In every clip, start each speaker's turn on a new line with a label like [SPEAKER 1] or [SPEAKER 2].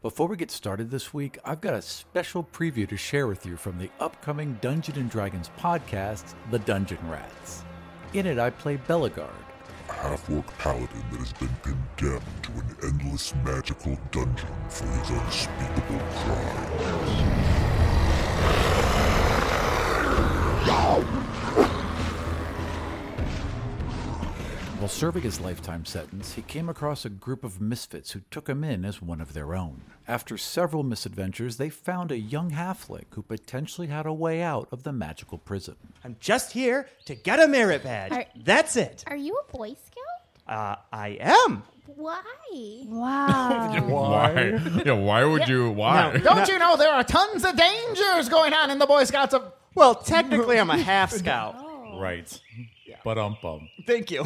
[SPEAKER 1] Before we get started this week, I've got a special preview to share with you from the upcoming Dungeon and Dragons podcast, The Dungeon Rats. In it, I play Belagard.
[SPEAKER 2] a half-orc paladin that has been condemned to an endless magical dungeon for his unspeakable crimes.
[SPEAKER 1] While serving his lifetime sentence, he came across a group of misfits who took him in as one of their own. After several misadventures, they found a young halfling who potentially had a way out of the magical prison.
[SPEAKER 3] I'm just here to get a merit badge.
[SPEAKER 4] Are-
[SPEAKER 3] That's it.
[SPEAKER 4] Are you a Boy Scout?
[SPEAKER 3] Uh, I am.
[SPEAKER 4] Why?
[SPEAKER 5] Wow.
[SPEAKER 6] Why? Yeah, why would you? Why?
[SPEAKER 5] Don't you know there are tons of dangers going on in the Boy Scouts of.
[SPEAKER 3] Well, technically, I'm a half scout.
[SPEAKER 6] Right. But um bum.
[SPEAKER 3] Thank you.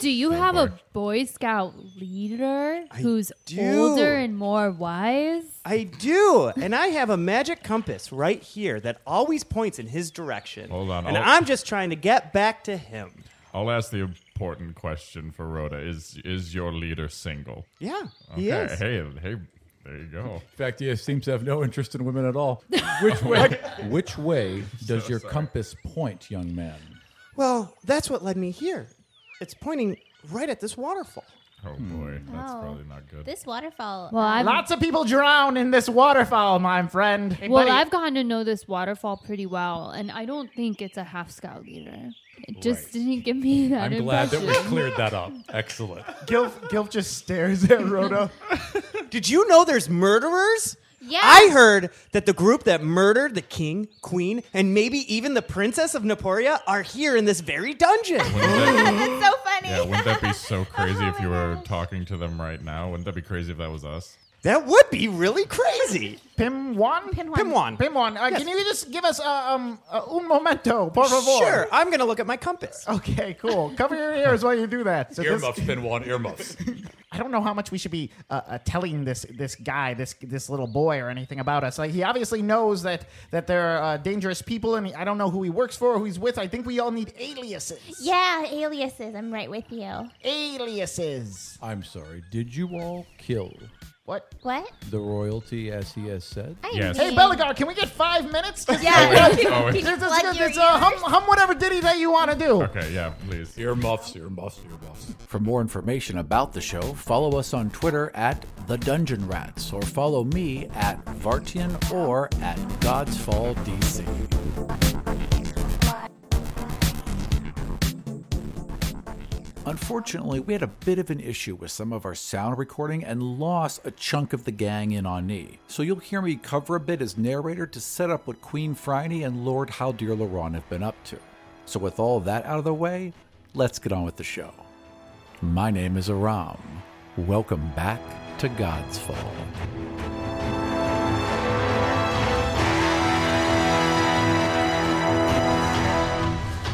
[SPEAKER 7] Do you have a Boy Scout leader who's
[SPEAKER 3] do.
[SPEAKER 7] older and more wise?
[SPEAKER 3] I do, and I have a magic compass right here that always points in his direction.
[SPEAKER 6] Hold on,
[SPEAKER 3] And
[SPEAKER 6] I'll-
[SPEAKER 3] i am just trying to get back to him.
[SPEAKER 6] I'll ask the important question for Rhoda. Is is your leader single?
[SPEAKER 3] Yeah,
[SPEAKER 6] Okay.
[SPEAKER 3] he is.
[SPEAKER 6] Hey, hey, there you go.
[SPEAKER 1] In fact, he seems to have no interest in women at all. Which way? which way does your compass point, young man?
[SPEAKER 3] Well, that's what led me here. It's pointing right at this waterfall.
[SPEAKER 6] Oh boy, that's
[SPEAKER 4] Oh.
[SPEAKER 6] probably not good.
[SPEAKER 4] This waterfall. um,
[SPEAKER 7] Well, I've
[SPEAKER 5] Lots of people drown in this waterfall, my friend. Hey,
[SPEAKER 7] well,
[SPEAKER 5] buddy.
[SPEAKER 7] I've gotten to know this waterfall pretty well, and I don't think it's a half scout leader. It just didn't give me that
[SPEAKER 6] I'm glad
[SPEAKER 7] impression.
[SPEAKER 6] that we cleared that up. Excellent.
[SPEAKER 5] Gilf, Gilf just stares at Rhoda.
[SPEAKER 3] Did you know there's murderers?
[SPEAKER 4] Yeah.
[SPEAKER 3] I heard that the group that murdered the king, queen, and maybe even the princess of Naporia are here in this very dungeon.
[SPEAKER 4] That's so funny.
[SPEAKER 6] Yeah, wouldn't that be so crazy if you were
[SPEAKER 4] gosh.
[SPEAKER 6] talking to them right now? Wouldn't that be crazy if that was us?
[SPEAKER 3] That would be really crazy.
[SPEAKER 5] Pim one? Pim
[SPEAKER 3] Pim one.
[SPEAKER 5] one. Uh, Can you just give us uh, um, uh, un momento, por favor?
[SPEAKER 3] Sure, I'm gonna look at my compass.
[SPEAKER 5] Okay, cool. Cover your ears while you do that. So this-
[SPEAKER 6] Pinwan, earmuffs.
[SPEAKER 5] I don't know how much we should be uh, uh, telling this this guy, this this little boy, or anything about us. Like he obviously knows that that there are uh, dangerous people, and he, I don't know who he works for, or who he's with. I think we all need aliases.
[SPEAKER 4] Yeah, aliases. I'm right with you.
[SPEAKER 5] Aliases.
[SPEAKER 1] I'm sorry. Did you all kill
[SPEAKER 5] What?
[SPEAKER 4] What?
[SPEAKER 1] the royalty as he has said?
[SPEAKER 4] I
[SPEAKER 6] Yes.
[SPEAKER 5] Hey,
[SPEAKER 4] mean-
[SPEAKER 5] Belagar, can we get five minutes? This-
[SPEAKER 4] Yeah.
[SPEAKER 6] Oh, wait.
[SPEAKER 5] this is
[SPEAKER 4] Plug
[SPEAKER 5] good.
[SPEAKER 4] your
[SPEAKER 5] This, uh, hum,
[SPEAKER 4] ears.
[SPEAKER 5] hum whatever ditty that you want to do.
[SPEAKER 6] Okay, yeah, please.
[SPEAKER 1] Earmuffs, earmuffs, earmuffs. For more information about the show, follow us on Twitter at The Dungeon Rats or follow me at Vartian or at Godsfall DC. Unfortunately, we had a bit of an issue with some of our sound recording and lost a chunk of the gang in Ani. So you'll hear me cover a bit as narrator to set up what Queen Phryne and Lord Haldir Laron have been up to. So with all that out of the way, let's get on with the show. My name is Aram. Welcome back to God's Fall.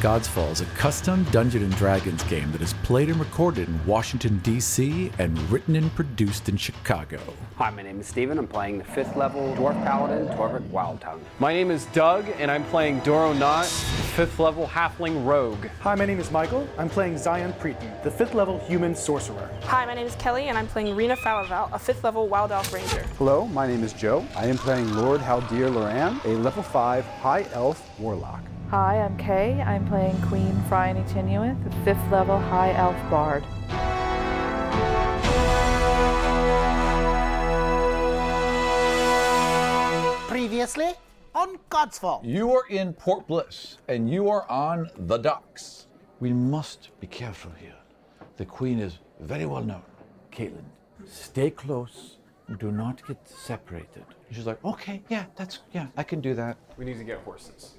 [SPEAKER 1] God's Fall is a custom Dungeon and Dragons game that is played and recorded in Washington, D.C., and written and produced in Chicago.
[SPEAKER 8] Hi, my name is Steven. I'm playing the fifth level Dwarf Paladin, Torvik Wildtongue. My name is Doug, and I'm playing Doro Knot, fifth level Halfling Rogue.
[SPEAKER 9] Hi, my name is Michael. I'm playing Zion Preeton, the fifth level human sorcerer.
[SPEAKER 10] Hi, my name is Kelly, and I'm playing Rena Falaval, a fifth level Wild Elf Ranger.
[SPEAKER 11] Hello, my name is Joe. I am playing Lord Haldir Loran, a level 5 high elf warlock.
[SPEAKER 10] Hi, I'm Kay. I'm playing Queen Phryne Tinuith, the fifth level High Elf Bard.
[SPEAKER 5] Preview
[SPEAKER 12] Seriously? On God's fault.
[SPEAKER 13] You are in Port Bliss, and you are on the docks. We must be careful here. The Queen is very well known. Caitlin, stay close. Do not get separated. She's like, okay, yeah, that's, yeah, I can do that.
[SPEAKER 8] We need to get horses.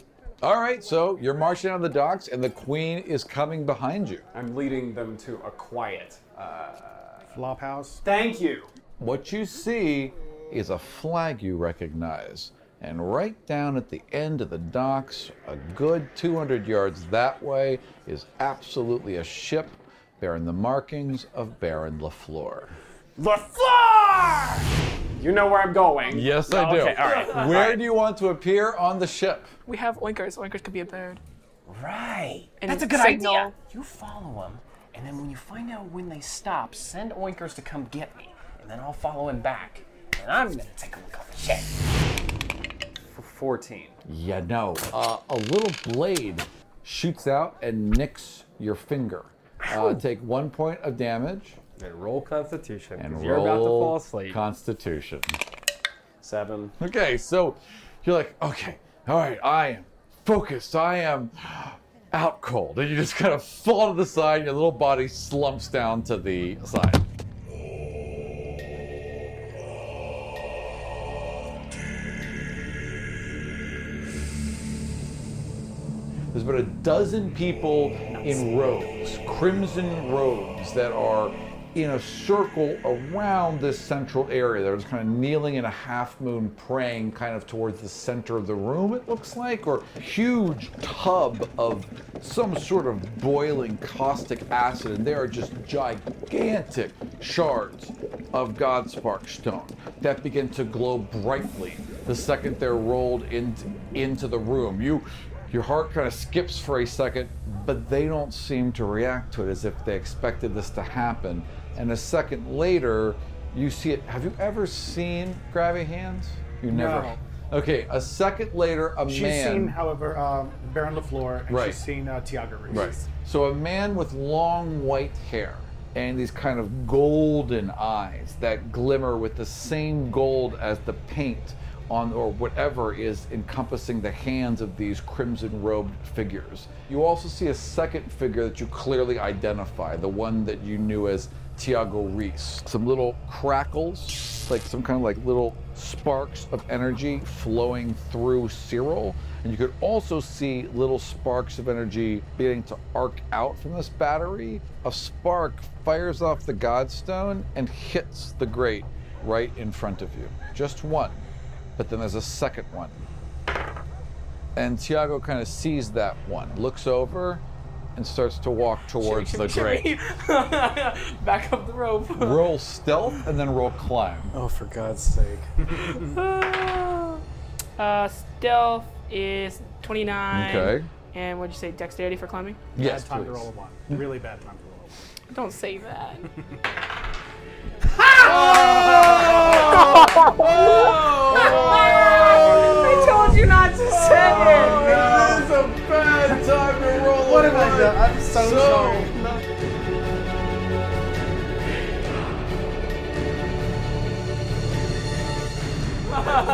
[SPEAKER 13] All right, so you're marching on the docks, and the Queen is coming behind you.
[SPEAKER 8] I'm leading them to a quiet uh,
[SPEAKER 9] Flophouse.
[SPEAKER 8] Thank you.
[SPEAKER 13] What you see is a flag you recognize. And right down at the end of the docks, a good 200 yards that way, is absolutely a ship bearing the markings of Baron LaFleur.
[SPEAKER 8] The floor! You know where I'm going.
[SPEAKER 13] Yes, I
[SPEAKER 8] Oh,
[SPEAKER 13] do.
[SPEAKER 8] Okay, all right.
[SPEAKER 13] Where
[SPEAKER 8] All right.
[SPEAKER 13] do you want to appear on the ship?
[SPEAKER 14] We have oinkers. Oinkers could be a bird.
[SPEAKER 15] Right.
[SPEAKER 14] And
[SPEAKER 15] That's a good
[SPEAKER 14] signal-
[SPEAKER 15] idea. You follow him, and then when you find out when they stop, send Oinkers to come get me, and then I'll follow him back. And I'm gonna take a look at the shit.
[SPEAKER 8] For 14.
[SPEAKER 13] Yeah, no. Uh, a little blade shoots out and nicks your finger. Uh, take one point of damage.
[SPEAKER 8] And roll Constitution.
[SPEAKER 13] And
[SPEAKER 8] 'cause you're about to
[SPEAKER 13] roll
[SPEAKER 8] fall asleep.
[SPEAKER 13] Constitution.
[SPEAKER 8] Seven.
[SPEAKER 13] Okay, so you're like, okay, all right, I am focused. I am out cold. And you just kind of fall to the side. and Your little body slumps down to the side. There's about a dozen people in robes, crimson robes, that are in a circle around this central area. They're just kind of kneeling in a half moon, praying kind of towards the center of the room, it looks like, or huge tub of some sort of boiling caustic acid. And they are just gigantic shards of Godspark stone that begin to glow brightly the second they're rolled in, into the room. You your heart kind of skips for a second, but they don't seem to react to it as if they expected this to happen. And a second later, you see it. Have you ever seen Gravity Hands? You never.
[SPEAKER 9] No.
[SPEAKER 13] Okay, a second later, a
[SPEAKER 9] she's
[SPEAKER 13] man.
[SPEAKER 9] seen, however,
[SPEAKER 12] uh,
[SPEAKER 9] um, Baron LaFleur, and
[SPEAKER 13] Right.
[SPEAKER 9] she's seen uh, Tiago Reeves.
[SPEAKER 13] Right. So a man with long white hair and these kind of golden eyes that glimmer with the same gold as the paint on or whatever is encompassing the hands of these crimson robed figures. You also see a second figure that you clearly identify, the one that you knew as Tiago Reese. Some little crackles, like some kind of like little sparks of energy flowing through Cyril. And you could also see little sparks of energy beginning to arc out from this battery. A spark fires off the Godstone and hits the grate right in front of you. Just one. But then there's a second one. And Tiago kind of sees that one, looks over, and starts to walk towards
[SPEAKER 14] Shimmy,
[SPEAKER 13] the grate.
[SPEAKER 14] shimmy, shimmy. Back up the rope.
[SPEAKER 13] roll stealth and then roll climb.
[SPEAKER 8] Oh, for God's sake.
[SPEAKER 14] uh, stealth is 29.
[SPEAKER 13] Okay.
[SPEAKER 14] And what'd you say, dexterity for climbing?
[SPEAKER 13] Yes,
[SPEAKER 9] Bad time to
[SPEAKER 13] please.
[SPEAKER 9] roll a one. Really bad time to roll a one.
[SPEAKER 14] Don't say that.
[SPEAKER 13] Oh!
[SPEAKER 8] I
[SPEAKER 14] told you not to say
[SPEAKER 8] it.
[SPEAKER 13] This Oh, is a bad time to roll.
[SPEAKER 8] What have I done? I'm so, sorry.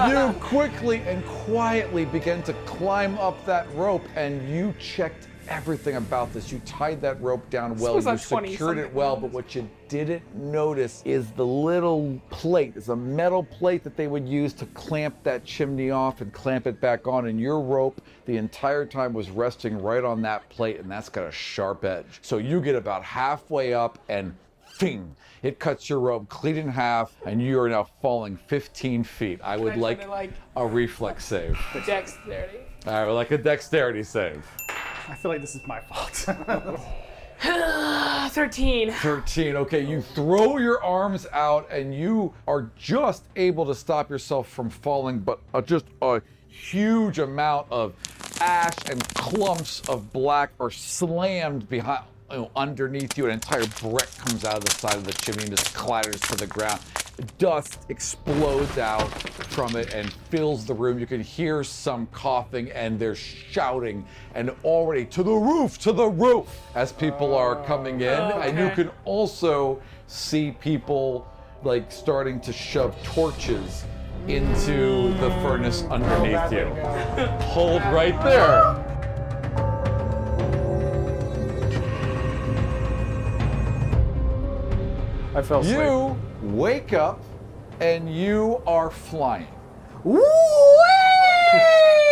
[SPEAKER 13] you quickly and quietly begin to climb up that rope, and you checked everything about this. You tied that rope down well,
[SPEAKER 14] was
[SPEAKER 13] you
[SPEAKER 14] a 20
[SPEAKER 13] secured it
[SPEAKER 14] something.
[SPEAKER 13] well, but what you didn't notice is the little plate. It's a metal plate that they would use to clamp that chimney off and clamp it back on, and your rope the entire time was resting right on that plate, and that's got a sharp edge. So you get about halfway up and Fing. It cuts your rope clean in half, and you are now falling 15 feet. I would
[SPEAKER 14] I try
[SPEAKER 13] like,
[SPEAKER 14] to, like-
[SPEAKER 13] a reflex save.
[SPEAKER 14] dexterity.
[SPEAKER 13] I would like a dexterity save.
[SPEAKER 9] I feel like this is my fault.
[SPEAKER 14] 13.
[SPEAKER 13] 13. Okay, you throw your arms out, and you are just able to stop yourself from falling, but uh, just a huge amount of ash and clumps of black are slammed behind. You know, underneath you, an entire brick comes out of the side of the chimney and just clatters to the ground. Dust explodes out from it and fills the room. You can hear some coughing and they're shouting and already to the roof, to the roof as people are coming in. And you
[SPEAKER 16] Okay.
[SPEAKER 13] can also see people like starting to shove torches into the furnace underneath you. Hold right there.
[SPEAKER 8] I fell asleep.
[SPEAKER 13] You wake up and you are flying.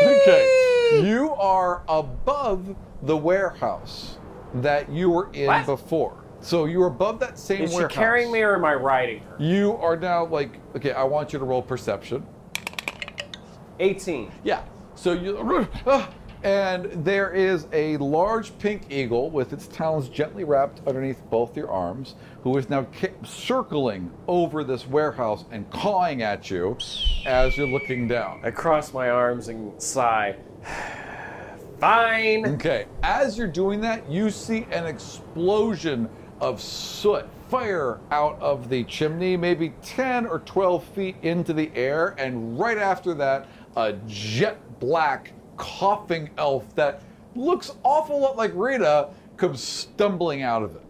[SPEAKER 13] okay. You are above the warehouse that you were in
[SPEAKER 15] What?
[SPEAKER 13] before. So you were above that same
[SPEAKER 15] Is she
[SPEAKER 13] warehouse.
[SPEAKER 15] carrying me or am I riding her?
[SPEAKER 13] You are now like, okay, I want you to roll perception.
[SPEAKER 15] 18.
[SPEAKER 13] Yeah. So you. ah, And there is a large pink eagle with its talons gently wrapped underneath both your arms, who is now ki- circling over this warehouse and cawing at you as you're looking down. I
[SPEAKER 15] cross my arms and sigh. Fine.
[SPEAKER 13] Okay. As you're doing that, you see an explosion of soot, fire out of the chimney, maybe 10 or 12 feet into the air, and right after that, a jet black coughing elf that looks awful lot like Rita comes stumbling out of it.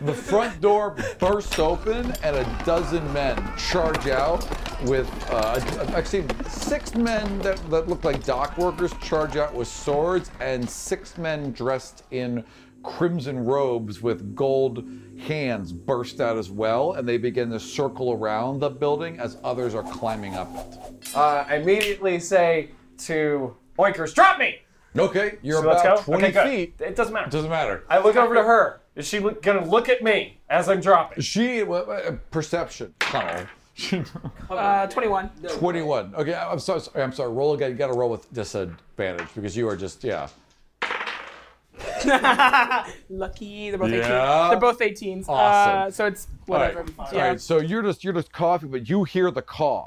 [SPEAKER 13] The front door bursts open and a dozen men charge out with, uh, actually, six men that, that look like dock workers charge out with swords and six men dressed in crimson robes with gold hands burst out as well and they begin to circle around the building as others are climbing up it.
[SPEAKER 15] Uh, I immediately say to Oinkers, drop me!
[SPEAKER 13] Okay, you're
[SPEAKER 15] So let's
[SPEAKER 13] about
[SPEAKER 15] go?
[SPEAKER 13] 20
[SPEAKER 15] Okay, good.
[SPEAKER 13] feet.
[SPEAKER 15] It doesn't matter.
[SPEAKER 13] Doesn't matter.
[SPEAKER 15] I look over to her. Is she look- gonna look at me as I'm dropping?
[SPEAKER 13] She, uh, uh, perception. Tunnel.
[SPEAKER 14] Uh, 21.
[SPEAKER 13] 21. Okay, I- I'm sorry, sorry. I'm sorry. Roll again. You got to roll with disadvantage because you are just yeah.
[SPEAKER 14] Lucky. They're both
[SPEAKER 13] Yeah.
[SPEAKER 14] 18. They're both 18s. Uh,
[SPEAKER 13] Awesome.
[SPEAKER 14] so it's whatever.
[SPEAKER 13] All right.
[SPEAKER 14] Yeah.
[SPEAKER 13] All right, So you're just you're just coughing, but you hear the caw,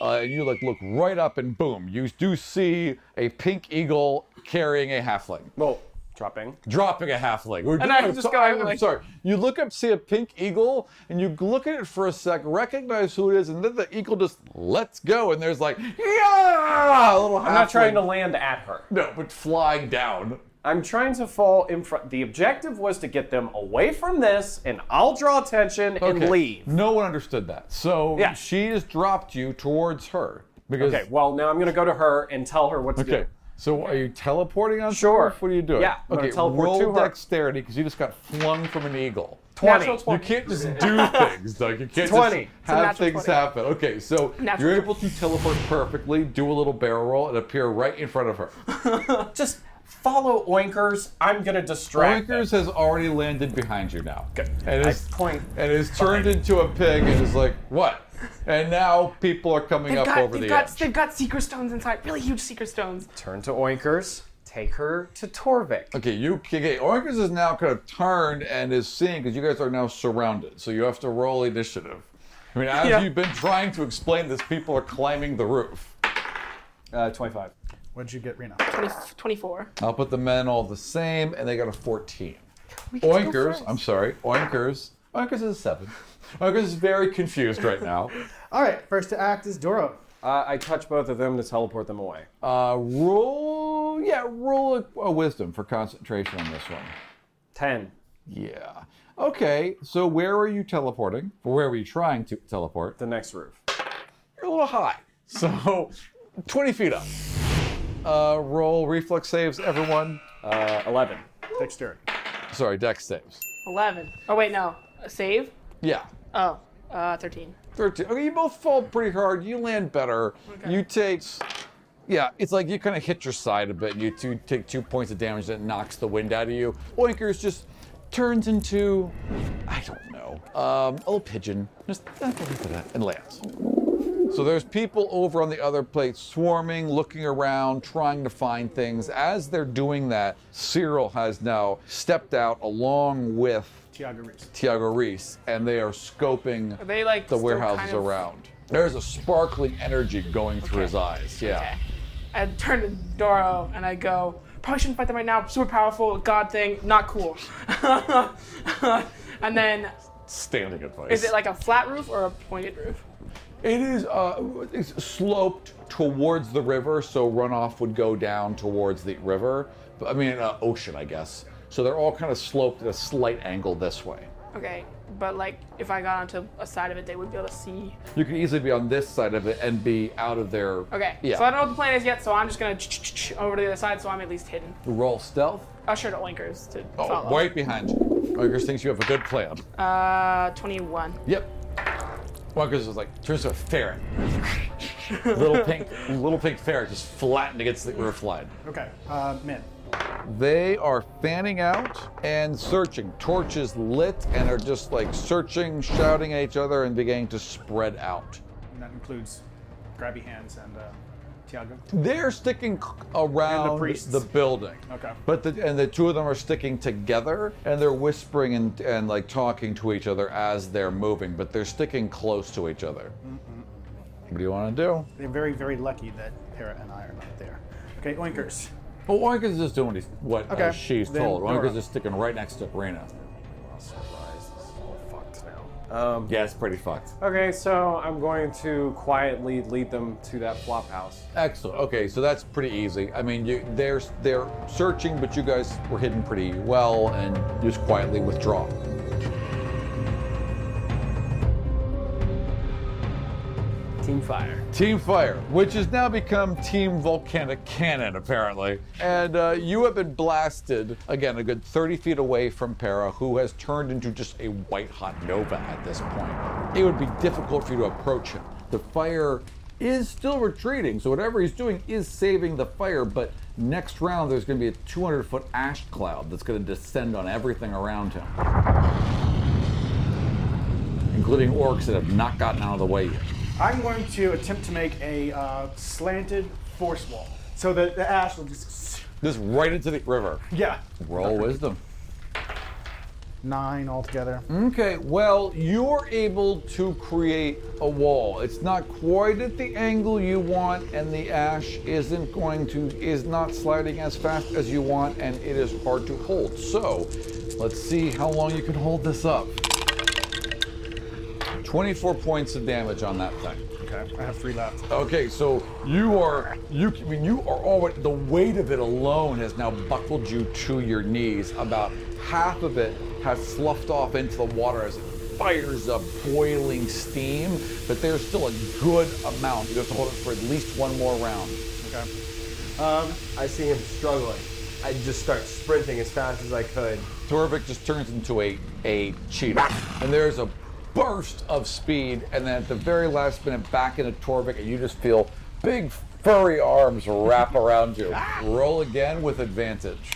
[SPEAKER 13] uh, and you like look right up, and boom, you do see a pink eagle carrying a halfling.
[SPEAKER 15] Well, dropping.
[SPEAKER 13] Dropping a halfling. We're
[SPEAKER 15] And I'm
[SPEAKER 13] doing-
[SPEAKER 15] just
[SPEAKER 13] so-
[SPEAKER 15] going
[SPEAKER 13] I'm
[SPEAKER 15] like-
[SPEAKER 13] sorry. You look up, see a pink eagle, and you look at it for a sec, recognize who it is, and then the eagle just lets go, and there's like yeah, a little.
[SPEAKER 15] I'm not
[SPEAKER 13] halfling.
[SPEAKER 15] trying to land at her.
[SPEAKER 13] No, but flying down.
[SPEAKER 15] I'm trying to fall in front. The objective was to get them away from this, and I'll draw attention and
[SPEAKER 13] Okay.
[SPEAKER 15] leave.
[SPEAKER 13] No one understood that. So
[SPEAKER 15] Yeah.
[SPEAKER 13] she has dropped you towards her because.
[SPEAKER 15] Okay, well, now I'm gonna go to her and tell her what to
[SPEAKER 13] Okay.
[SPEAKER 15] do.
[SPEAKER 13] So are you teleporting on
[SPEAKER 15] Sure.
[SPEAKER 13] stuff? What are you doing?
[SPEAKER 15] Yeah, I'm gonna
[SPEAKER 13] Okay.
[SPEAKER 15] teleport
[SPEAKER 13] roll
[SPEAKER 15] to her.
[SPEAKER 13] dexterity because you just got flung from an eagle.
[SPEAKER 15] 20. Natural
[SPEAKER 13] You
[SPEAKER 15] 20.
[SPEAKER 13] can't just do things, Doug. You can't
[SPEAKER 15] 20.
[SPEAKER 13] just
[SPEAKER 15] It's a
[SPEAKER 13] have
[SPEAKER 15] natural
[SPEAKER 13] things
[SPEAKER 15] 20.
[SPEAKER 13] happen. Okay. So
[SPEAKER 15] Natural
[SPEAKER 13] you're able to teleport perfectly, do a little barrel roll, and appear right in front of her.
[SPEAKER 15] Just follow Oinkers. I'm gonna distract.
[SPEAKER 13] Oinkers has already landed behind you now. And
[SPEAKER 15] I
[SPEAKER 13] is,
[SPEAKER 15] point
[SPEAKER 13] and is turned into a pig and is like, what? And now people are coming
[SPEAKER 14] They've
[SPEAKER 13] up
[SPEAKER 14] got,
[SPEAKER 13] over
[SPEAKER 14] they've,
[SPEAKER 13] the
[SPEAKER 14] got,
[SPEAKER 13] edge.
[SPEAKER 14] they've got secret stones inside. Really huge secret stones.
[SPEAKER 15] Turn to Oinkers. Take her to Torvik.
[SPEAKER 13] Okay, you okay. Orcus is now kind of turned and is seeing because you guys are now surrounded, so you have to roll initiative. I mean, as
[SPEAKER 15] Yeah.
[SPEAKER 13] you've been trying to explain this, people are climbing the roof.
[SPEAKER 15] Uh, 25.
[SPEAKER 5] What'd you get, Rena?
[SPEAKER 14] 20, 24.
[SPEAKER 13] I'll put the men all the same, and they got a 14.
[SPEAKER 14] can go
[SPEAKER 13] Oinkers, I'm sorry, Oinkers. Oinkers is a 7. Oinkers is very confused right now.
[SPEAKER 12] All right, first to act is Doro.
[SPEAKER 15] Uh, I touch both of them to teleport them away.
[SPEAKER 13] Uh, roll, yeah, roll a, a wisdom for concentration on this one.
[SPEAKER 15] 10.
[SPEAKER 13] Yeah. Okay, so where are you teleporting? Where were you trying to teleport?
[SPEAKER 15] The next roof.
[SPEAKER 13] You're a little high. So, 20 feet up. Uh, roll reflex saves, everyone.
[SPEAKER 15] Uh, 11.
[SPEAKER 12] Dexterity.
[SPEAKER 13] Sorry, dex saves.
[SPEAKER 14] 11. Oh, wait, no. A save?
[SPEAKER 13] Yeah.
[SPEAKER 14] Oh, uh, 13.
[SPEAKER 13] 13. Okay, you both fall pretty hard. You land better. You take, yeah, it's like you kind of hit your side a bit. You two take two points of damage that knocks the wind out of you. Oinkers just turns into, I don't know, um, a little pigeon. Just uh, and lands. So there's people over on the other plate swarming, looking around, trying to find things. As they're doing that, Cyril has now stepped out along with
[SPEAKER 12] Tiago Reese.
[SPEAKER 13] Tiago Reese, and they are scoping
[SPEAKER 14] Are they, like,
[SPEAKER 13] the
[SPEAKER 14] still
[SPEAKER 13] warehouses
[SPEAKER 14] kind of-
[SPEAKER 13] around. There's a sparkling energy going through his eyes. Yeah.
[SPEAKER 14] I turn to Doro and I go, probably shouldn't fight them right now. Super powerful, god thing, not cool. and then,
[SPEAKER 13] Standing advice.
[SPEAKER 14] is it like a flat roof or a pointed roof?
[SPEAKER 13] It is uh, it's sloped towards the river, so runoff would go down towards the river. But, I mean, uh, ocean, I guess. So they're all kind of sloped at a slight angle this way.
[SPEAKER 14] Okay. but like if I got onto a side of it, they would be able to see.
[SPEAKER 13] You could easily be on this side of it and be out of their.
[SPEAKER 14] Okay,
[SPEAKER 13] Yeah.
[SPEAKER 14] so I don't know what the plan is yet, so I'm just gonna over to the other side, so I'm at least hidden.
[SPEAKER 13] Roll stealth.
[SPEAKER 14] Usher to Oinkers to
[SPEAKER 13] Oh,
[SPEAKER 14] follow.
[SPEAKER 13] right behind you. Oinkers thinks you have a good plan.
[SPEAKER 14] Uh, 21.
[SPEAKER 13] Yep. Oinkers is like turns to a ferret. little pink, little pink ferret just flattened against the roof line.
[SPEAKER 12] Okay, uh, men.
[SPEAKER 13] They are fanning out and searching. Torches lit and are just like searching, shouting at each other, and beginning to spread out.
[SPEAKER 12] And that includes grabby hands and uh, Tiago.
[SPEAKER 13] They're sticking c- around
[SPEAKER 12] priests.
[SPEAKER 13] the, building.
[SPEAKER 12] Okay.
[SPEAKER 13] But the, and the two of them are sticking together and they're whispering and, and like talking to each other as they're moving, but they're sticking close to each other. What do you want to do?
[SPEAKER 12] They're very, very lucky that Hera and I are not there. Okay, Oinkers.
[SPEAKER 13] Well, Oinka's is just doing what, he's, what uh,
[SPEAKER 12] Okay,
[SPEAKER 13] she's
[SPEAKER 12] then
[SPEAKER 13] told.
[SPEAKER 12] Nora.
[SPEAKER 13] Oinka's is sticking right next to Rena.
[SPEAKER 15] Fucked now.
[SPEAKER 13] Um, yeah, it's pretty fucked.
[SPEAKER 15] Okay, so I'm going to quietly lead them to that flop house.
[SPEAKER 13] Excellent. Okay, so that's pretty easy. I mean, you, they're they're searching, but you guys were hidden pretty well, and you just quietly withdraw.
[SPEAKER 15] Team Fire.
[SPEAKER 13] Team Fire, which has now become Team Volcanic Cannon, apparently. And uh, you have been blasted, again, a good 30 feet away from Para, who has turned into just a white hot Nova at this point. It would be difficult for you to approach him. The fire is still retreating, so whatever he's doing is saving the fire, but next round there's going to be a 200 foot ash cloud that's going to descend on everything around him, including orcs that have not gotten out of the way yet.
[SPEAKER 12] I'm going to attempt to make a uh, slanted force wall so that the ash will just.
[SPEAKER 13] Just right into the river.
[SPEAKER 12] Yeah.
[SPEAKER 13] Roll wisdom.
[SPEAKER 12] Nine altogether.
[SPEAKER 13] Okay, well, you're able to create a wall. It's not quite at the angle you want, and the ash isn't going to is not sliding as fast as you want, and it is hard to hold. So, let's see how long you can hold this up. 24 points of damage on that thing.
[SPEAKER 12] Okay, I have three left.
[SPEAKER 13] Okay, so you are you. I mean, you are already the weight of it alone has now buckled you to your knees. About half of it has sloughed off into the water as it fires up boiling steam, but there's still a good amount. You have to hold it for at least one more round.
[SPEAKER 12] Okay.
[SPEAKER 16] Um, I see him struggling. I just start sprinting as fast as I could.
[SPEAKER 13] Torvik just turns into a a cheetah, and there's a burst of speed, and then at the very last minute, back into Torvik, and you just feel big furry arms wrap around you. Roll again with advantage.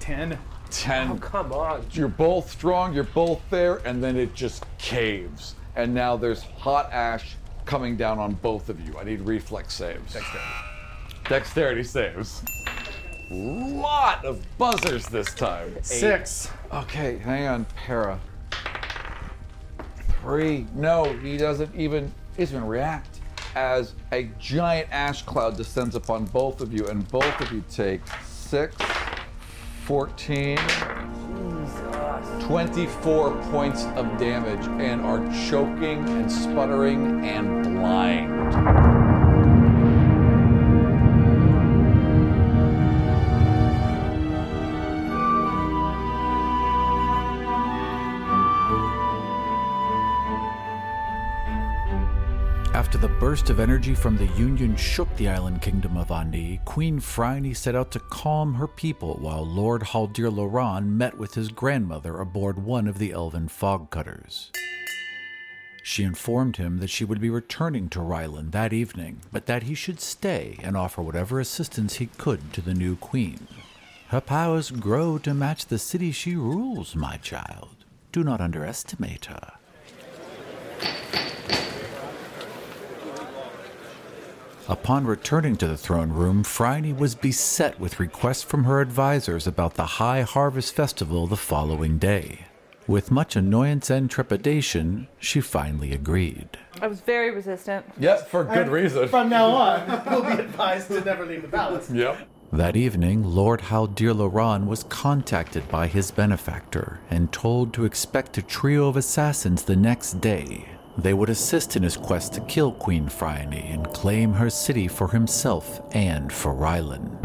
[SPEAKER 12] Ten.
[SPEAKER 13] Ten. Oh,
[SPEAKER 15] come on.
[SPEAKER 13] You're both strong, you're both there, and then it just caves. And now there's hot ash coming down on both of you. I need reflex saves. Dexterity. Dexterity saves. Lot of buzzers this time.
[SPEAKER 12] Six.
[SPEAKER 13] Okay, hang on, para. Three. No, he doesn't even even react. As a giant ash cloud descends upon both of you, and both of you take six, 14, 24 points of damage and are choking and sputtering and blind.
[SPEAKER 1] After the burst of energy from the Union shook the island kingdom of Andi, Queen Phryne set out to calm her people while Lord Haldir Loran met with his grandmother aboard one of the elven fog cutters. She informed him that she would be returning to Ryland that evening, but that he should stay and offer whatever assistance he could to the new queen. Her powers grow to match the city she rules, my child. Do not underestimate her. Upon returning to the throne room, Phryne was beset with requests from her advisors about the High Harvest Festival the following day. With much annoyance and trepidation, she finally agreed.
[SPEAKER 10] I was very resistant.
[SPEAKER 13] Yep, for good reason.
[SPEAKER 12] From now on, we'll be advised to never leave the palace.
[SPEAKER 13] Yep.
[SPEAKER 1] That evening, Lord Haldir Loran was contacted by his benefactor and told to expect a trio of assassins the next day. They would assist in his quest to kill Queen Phryne and claim her city for himself and for Rylan.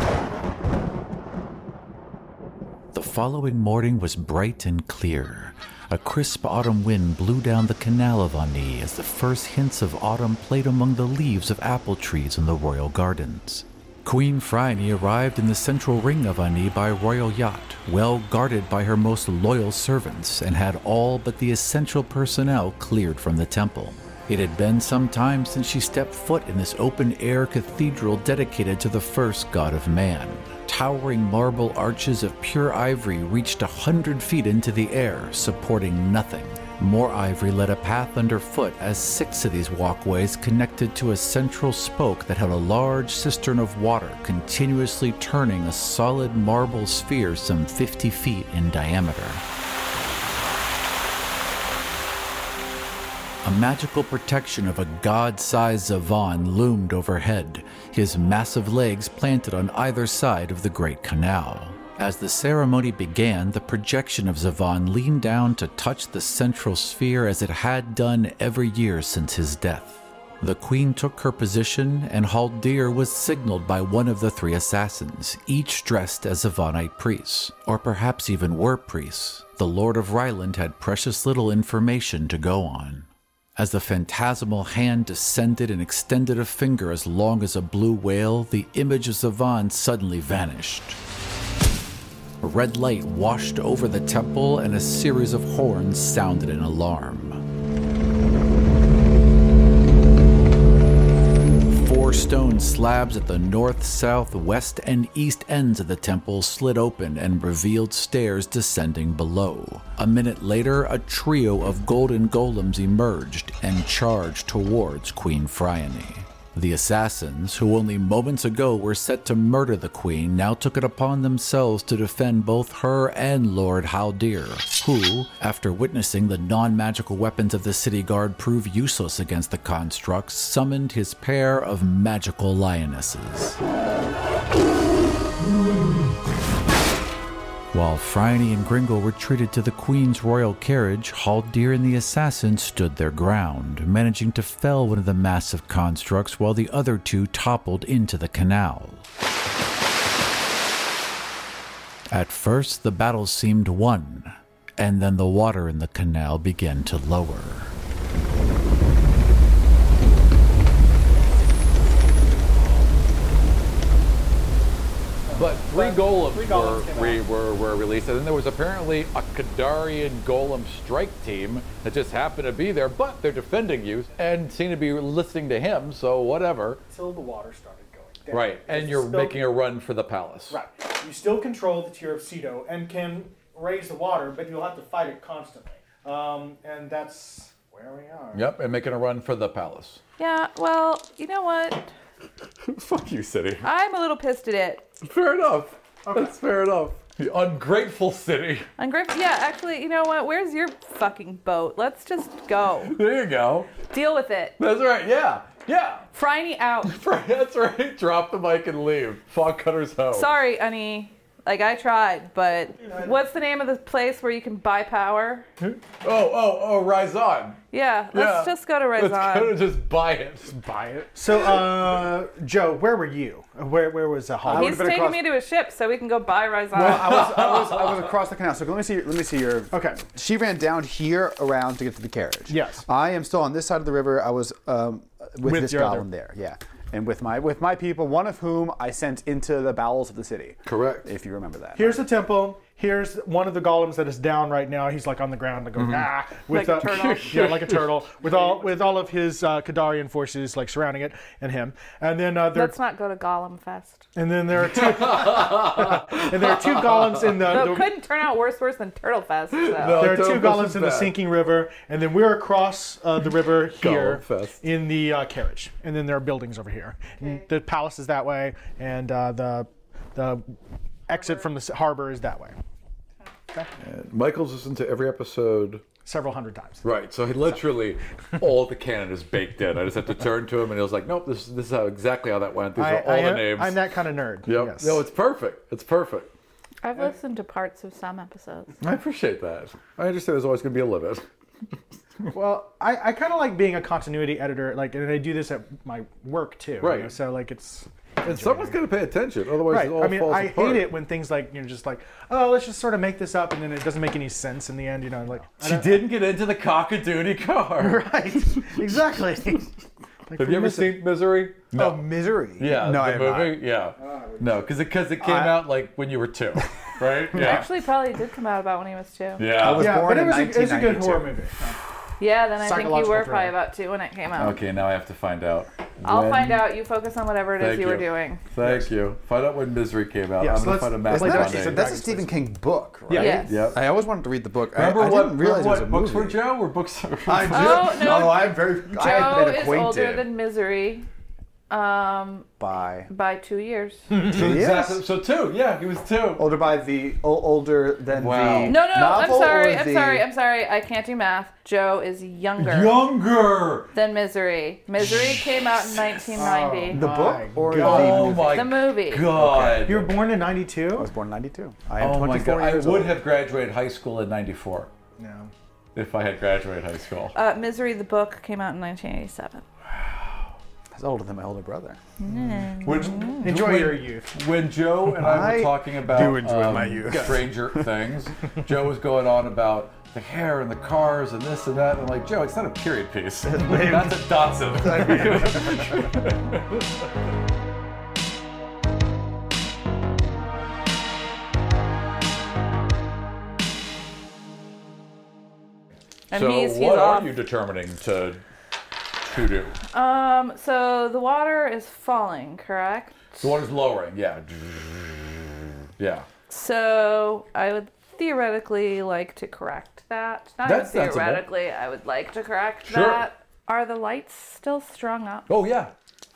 [SPEAKER 1] The following morning was bright and clear. A crisp autumn wind blew down the canal of Ani as the first hints of autumn played among the leaves of apple trees in the royal gardens. Queen Phryne arrived in the central ring of Ani by royal yacht, well guarded by her most loyal servants, and had all but the essential personnel cleared from the temple. It had been some time since she stepped foot in this open air cathedral dedicated to the first god of man. Towering marble arches of pure ivory reached a hundred feet into the air, supporting nothing. More ivory led a path underfoot as six of these walkways connected to a central spoke that held a large cistern of water continuously turning a solid marble sphere some 50 feet in diameter. A magical protection of a god sized Zavon loomed overhead, his massive legs planted on either side of the Great Canal. As the ceremony began, the projection of Zavon leaned down to touch the central sphere as it had done every year since his death. The queen took her position, and Haldir was signaled by one of the three assassins, each dressed as Avonite priests, or perhaps even were priests. The Lord of Ryland had precious little information to go on. As the phantasmal hand descended and extended a finger as long as a blue whale, the image of Zavan suddenly vanished. A red light washed over the temple, and a series of horns sounded an alarm. Four stone slabs at the north, south, west, and east ends of the temple slid open and revealed stairs descending below. A minute later, a trio of golden golems emerged and charged towards Queen Phryane. The assassins, who only moments ago were set to murder the queen, now took it upon themselves to defend both her and Lord Haldir, who, after witnessing the non magical weapons of the city guard prove useless against the constructs, summoned his pair of magical lionesses. While Phryne and Gringle retreated to the Queen's royal carriage, Haldir and the assassin stood their ground, managing to fell one of the massive constructs while the other two toppled into the canal. At first, the battle seemed won, and then the water in the canal began to lower.
[SPEAKER 13] But three golems, were, we were, were released, and then there was apparently a Kadarian golem strike team that just happened to be there, but they're defending you and seem to be listening to him, so whatever.
[SPEAKER 12] Until the water started going down.
[SPEAKER 13] Right, and
[SPEAKER 12] It's
[SPEAKER 13] you're
[SPEAKER 12] still-
[SPEAKER 13] making a run for the palace.
[SPEAKER 12] Right. You still control the tier of Cedo and can raise the water, but you'll have to fight it constantly. Um, and that's where we are.
[SPEAKER 13] Yep, and making a run for the palace.
[SPEAKER 10] Yeah, well, you know what?
[SPEAKER 13] Fuck you, city.
[SPEAKER 10] I'm a little pissed at it.
[SPEAKER 13] Fair enough. That's fair enough. The ungrateful city.
[SPEAKER 10] I'm grateful. Yeah, actually, you know what? Where's your fucking boat? Let's just go.
[SPEAKER 13] There you go.
[SPEAKER 10] Deal with it.
[SPEAKER 13] That's right, yeah. Yeah.
[SPEAKER 10] Friny out.
[SPEAKER 13] That's right. Drop the mic and leave. Fog cutter's home.
[SPEAKER 10] Sorry, honey. Like I tried, but what's the name of the place where you can buy power?
[SPEAKER 13] Oh, oh, oh, Rise On.
[SPEAKER 10] Yeah,
[SPEAKER 13] Yeah.
[SPEAKER 10] let's just go to Raison.
[SPEAKER 13] Let's go to just buy it. Just buy it.
[SPEAKER 12] Uh, So, uh, Joe, where were you? Where where was uh, Holly?
[SPEAKER 10] He's taking me to a ship so we can go buy Raison.
[SPEAKER 11] Well, I was, I was, I was across the canal. So let me see. Let me see your. Okay. She ran down here around to get to the carriage. Yes. I am still on this side of the river. I was um, with,
[SPEAKER 17] With
[SPEAKER 11] this
[SPEAKER 17] your other-
[SPEAKER 11] goblin there. Yeah. And with my with my people, one of whom I sent into the bowels of the city. Correct. If you remember that.
[SPEAKER 12] Here's the temple. Here's one of the golems that is down right now. He's like on the ground, like going
[SPEAKER 13] Mm-hmm.
[SPEAKER 11] Mhm.
[SPEAKER 12] ah, with
[SPEAKER 11] Like a
[SPEAKER 12] uh,
[SPEAKER 11] turtle.
[SPEAKER 12] yeah, like a turtle, with all with all of his uh, Kadarian forces like surrounding it and him. And then uh, there
[SPEAKER 10] Let's not go to Gollum Fest.
[SPEAKER 12] and then there are two and there are two golems in the,
[SPEAKER 10] Though
[SPEAKER 12] the
[SPEAKER 10] it couldn't turn out worse, worse than Turtle Fest. So.
[SPEAKER 12] there are two golems in the sinking river, and then we're across uh, the river here
[SPEAKER 13] Golem fest.
[SPEAKER 12] in the uh, carriage, and then there are buildings over here. And the palace is that way, and uh, the the exit from the s- harbor is that way.
[SPEAKER 13] And Michael's listened to every episode
[SPEAKER 12] several hundred times.
[SPEAKER 13] Right, so he literally all the canon is baked in. I just had to turn to him, and he was like, "Nope, this this is how, exactly how that went. These are all the
[SPEAKER 12] am,
[SPEAKER 13] names."
[SPEAKER 12] I'm that kind of nerd.
[SPEAKER 13] Yep.
[SPEAKER 12] Yes.
[SPEAKER 13] No, it's perfect. It's perfect.
[SPEAKER 10] I've listened to parts of some episodes.
[SPEAKER 13] I appreciate that. I understand there's always going to be a limit.
[SPEAKER 12] well, I, I kind of like being a continuity editor, like, and I do this at my work too. you
[SPEAKER 13] Right.
[SPEAKER 12] know, so like, it's
[SPEAKER 13] and someone's going to pay attention. Otherwise,
[SPEAKER 12] Right.
[SPEAKER 13] it all
[SPEAKER 12] I mean,
[SPEAKER 13] falls
[SPEAKER 12] I
[SPEAKER 13] apart.
[SPEAKER 12] hate it when things like you know, just like, oh, let's just sort of make this up, and then it doesn't make any sense in the end. You know, like I
[SPEAKER 1] She
[SPEAKER 12] don't-
[SPEAKER 1] didn't get into the cockadoodie car.
[SPEAKER 12] Right. Exactly. Like,
[SPEAKER 13] Have
[SPEAKER 12] we
[SPEAKER 13] you ever
[SPEAKER 12] miss it.
[SPEAKER 13] seen Misery?
[SPEAKER 11] No. Oh, Misery.
[SPEAKER 13] Yeah,
[SPEAKER 11] No,
[SPEAKER 13] the
[SPEAKER 11] I have not.
[SPEAKER 13] movie. Yeah,
[SPEAKER 12] Oh,
[SPEAKER 13] no, because because it came
[SPEAKER 11] I-
[SPEAKER 13] out like when you were two, right? Yeah.
[SPEAKER 10] Actually, probably did come out about when he was two.
[SPEAKER 13] Yeah. I was
[SPEAKER 12] yeah,
[SPEAKER 13] born
[SPEAKER 12] but
[SPEAKER 13] in
[SPEAKER 12] it was, a, it was a good
[SPEAKER 13] 1992.
[SPEAKER 12] horror movie.
[SPEAKER 10] Yeah, then I think you
[SPEAKER 12] Psychological
[SPEAKER 10] were
[SPEAKER 12] thriller.
[SPEAKER 10] probably about two when it came out.
[SPEAKER 13] Okay, now I have to find out.
[SPEAKER 10] I'll
[SPEAKER 13] when-
[SPEAKER 10] find out. You focus on whatever it is
[SPEAKER 13] Thank
[SPEAKER 10] you, were doing.
[SPEAKER 13] Thank you. Find out when Misery came out. Uh, I'm gonna find a map.
[SPEAKER 11] Isn't that-
[SPEAKER 13] one day.
[SPEAKER 11] that's a Stephen King book, right?
[SPEAKER 13] Yeah. Yes. Yep.
[SPEAKER 11] I always wanted to read the book. I-
[SPEAKER 13] Remember
[SPEAKER 11] I,
[SPEAKER 13] what-
[SPEAKER 11] didn't realize
[SPEAKER 13] what
[SPEAKER 11] it was a
[SPEAKER 13] books
[SPEAKER 11] movie.
[SPEAKER 13] were Joe were books?
[SPEAKER 11] I do.
[SPEAKER 10] Oh, no.
[SPEAKER 11] I'm very. I have
[SPEAKER 10] Joe
[SPEAKER 11] been
[SPEAKER 10] is
[SPEAKER 11] acquainted
[SPEAKER 10] older than Misery, um,
[SPEAKER 11] by.
[SPEAKER 10] by two years.
[SPEAKER 11] Exactly.
[SPEAKER 13] So two, yeah, he was two.
[SPEAKER 11] Older by the o- older than
[SPEAKER 13] Wow.
[SPEAKER 11] the
[SPEAKER 10] No, no, no. I'm
[SPEAKER 11] novel
[SPEAKER 10] sorry.
[SPEAKER 11] or
[SPEAKER 10] I'm
[SPEAKER 11] the-
[SPEAKER 10] sorry. I'm sorry. I can't do math. Joe is younger.
[SPEAKER 13] Younger.
[SPEAKER 10] Than Misery. Misery came
[SPEAKER 13] Oh
[SPEAKER 10] out in 1990.
[SPEAKER 11] The book or
[SPEAKER 10] God.
[SPEAKER 11] the
[SPEAKER 10] Oh
[SPEAKER 11] movie?
[SPEAKER 10] my The movie. God.
[SPEAKER 12] You were born in '92. I was
[SPEAKER 11] born in '92. I am
[SPEAKER 13] oh my
[SPEAKER 11] 24
[SPEAKER 13] god! I
[SPEAKER 11] years
[SPEAKER 13] would
[SPEAKER 11] old.
[SPEAKER 13] have graduated high school in '94.
[SPEAKER 12] No.
[SPEAKER 13] If I had graduated high school.
[SPEAKER 10] Uh, Misery, the book, came out in 1987.
[SPEAKER 11] That's older than my older brother.
[SPEAKER 13] Which,
[SPEAKER 11] Enjoy
[SPEAKER 13] when-
[SPEAKER 11] your youth.
[SPEAKER 13] When Joe and I, were
[SPEAKER 11] I
[SPEAKER 13] talking about um,
[SPEAKER 11] do enjoy my youth.
[SPEAKER 13] Stranger Things, Joe was going on about the hair and the cars and this and that. And I'm like, Joe, it's not a period piece. That's a Datsun.
[SPEAKER 10] And
[SPEAKER 13] so
[SPEAKER 10] he's- he's
[SPEAKER 13] what
[SPEAKER 10] off.
[SPEAKER 13] are you determining to to do?
[SPEAKER 10] Um, so the water is falling, correct?
[SPEAKER 13] The water's lowering, yeah. Yeah.
[SPEAKER 10] So I would theoretically like to correct that. Not
[SPEAKER 13] That's
[SPEAKER 10] even
[SPEAKER 13] sensible.
[SPEAKER 10] theoretically, I would like to correct
[SPEAKER 13] Sure.
[SPEAKER 10] that. Are the lights still strung up?
[SPEAKER 13] Oh yeah.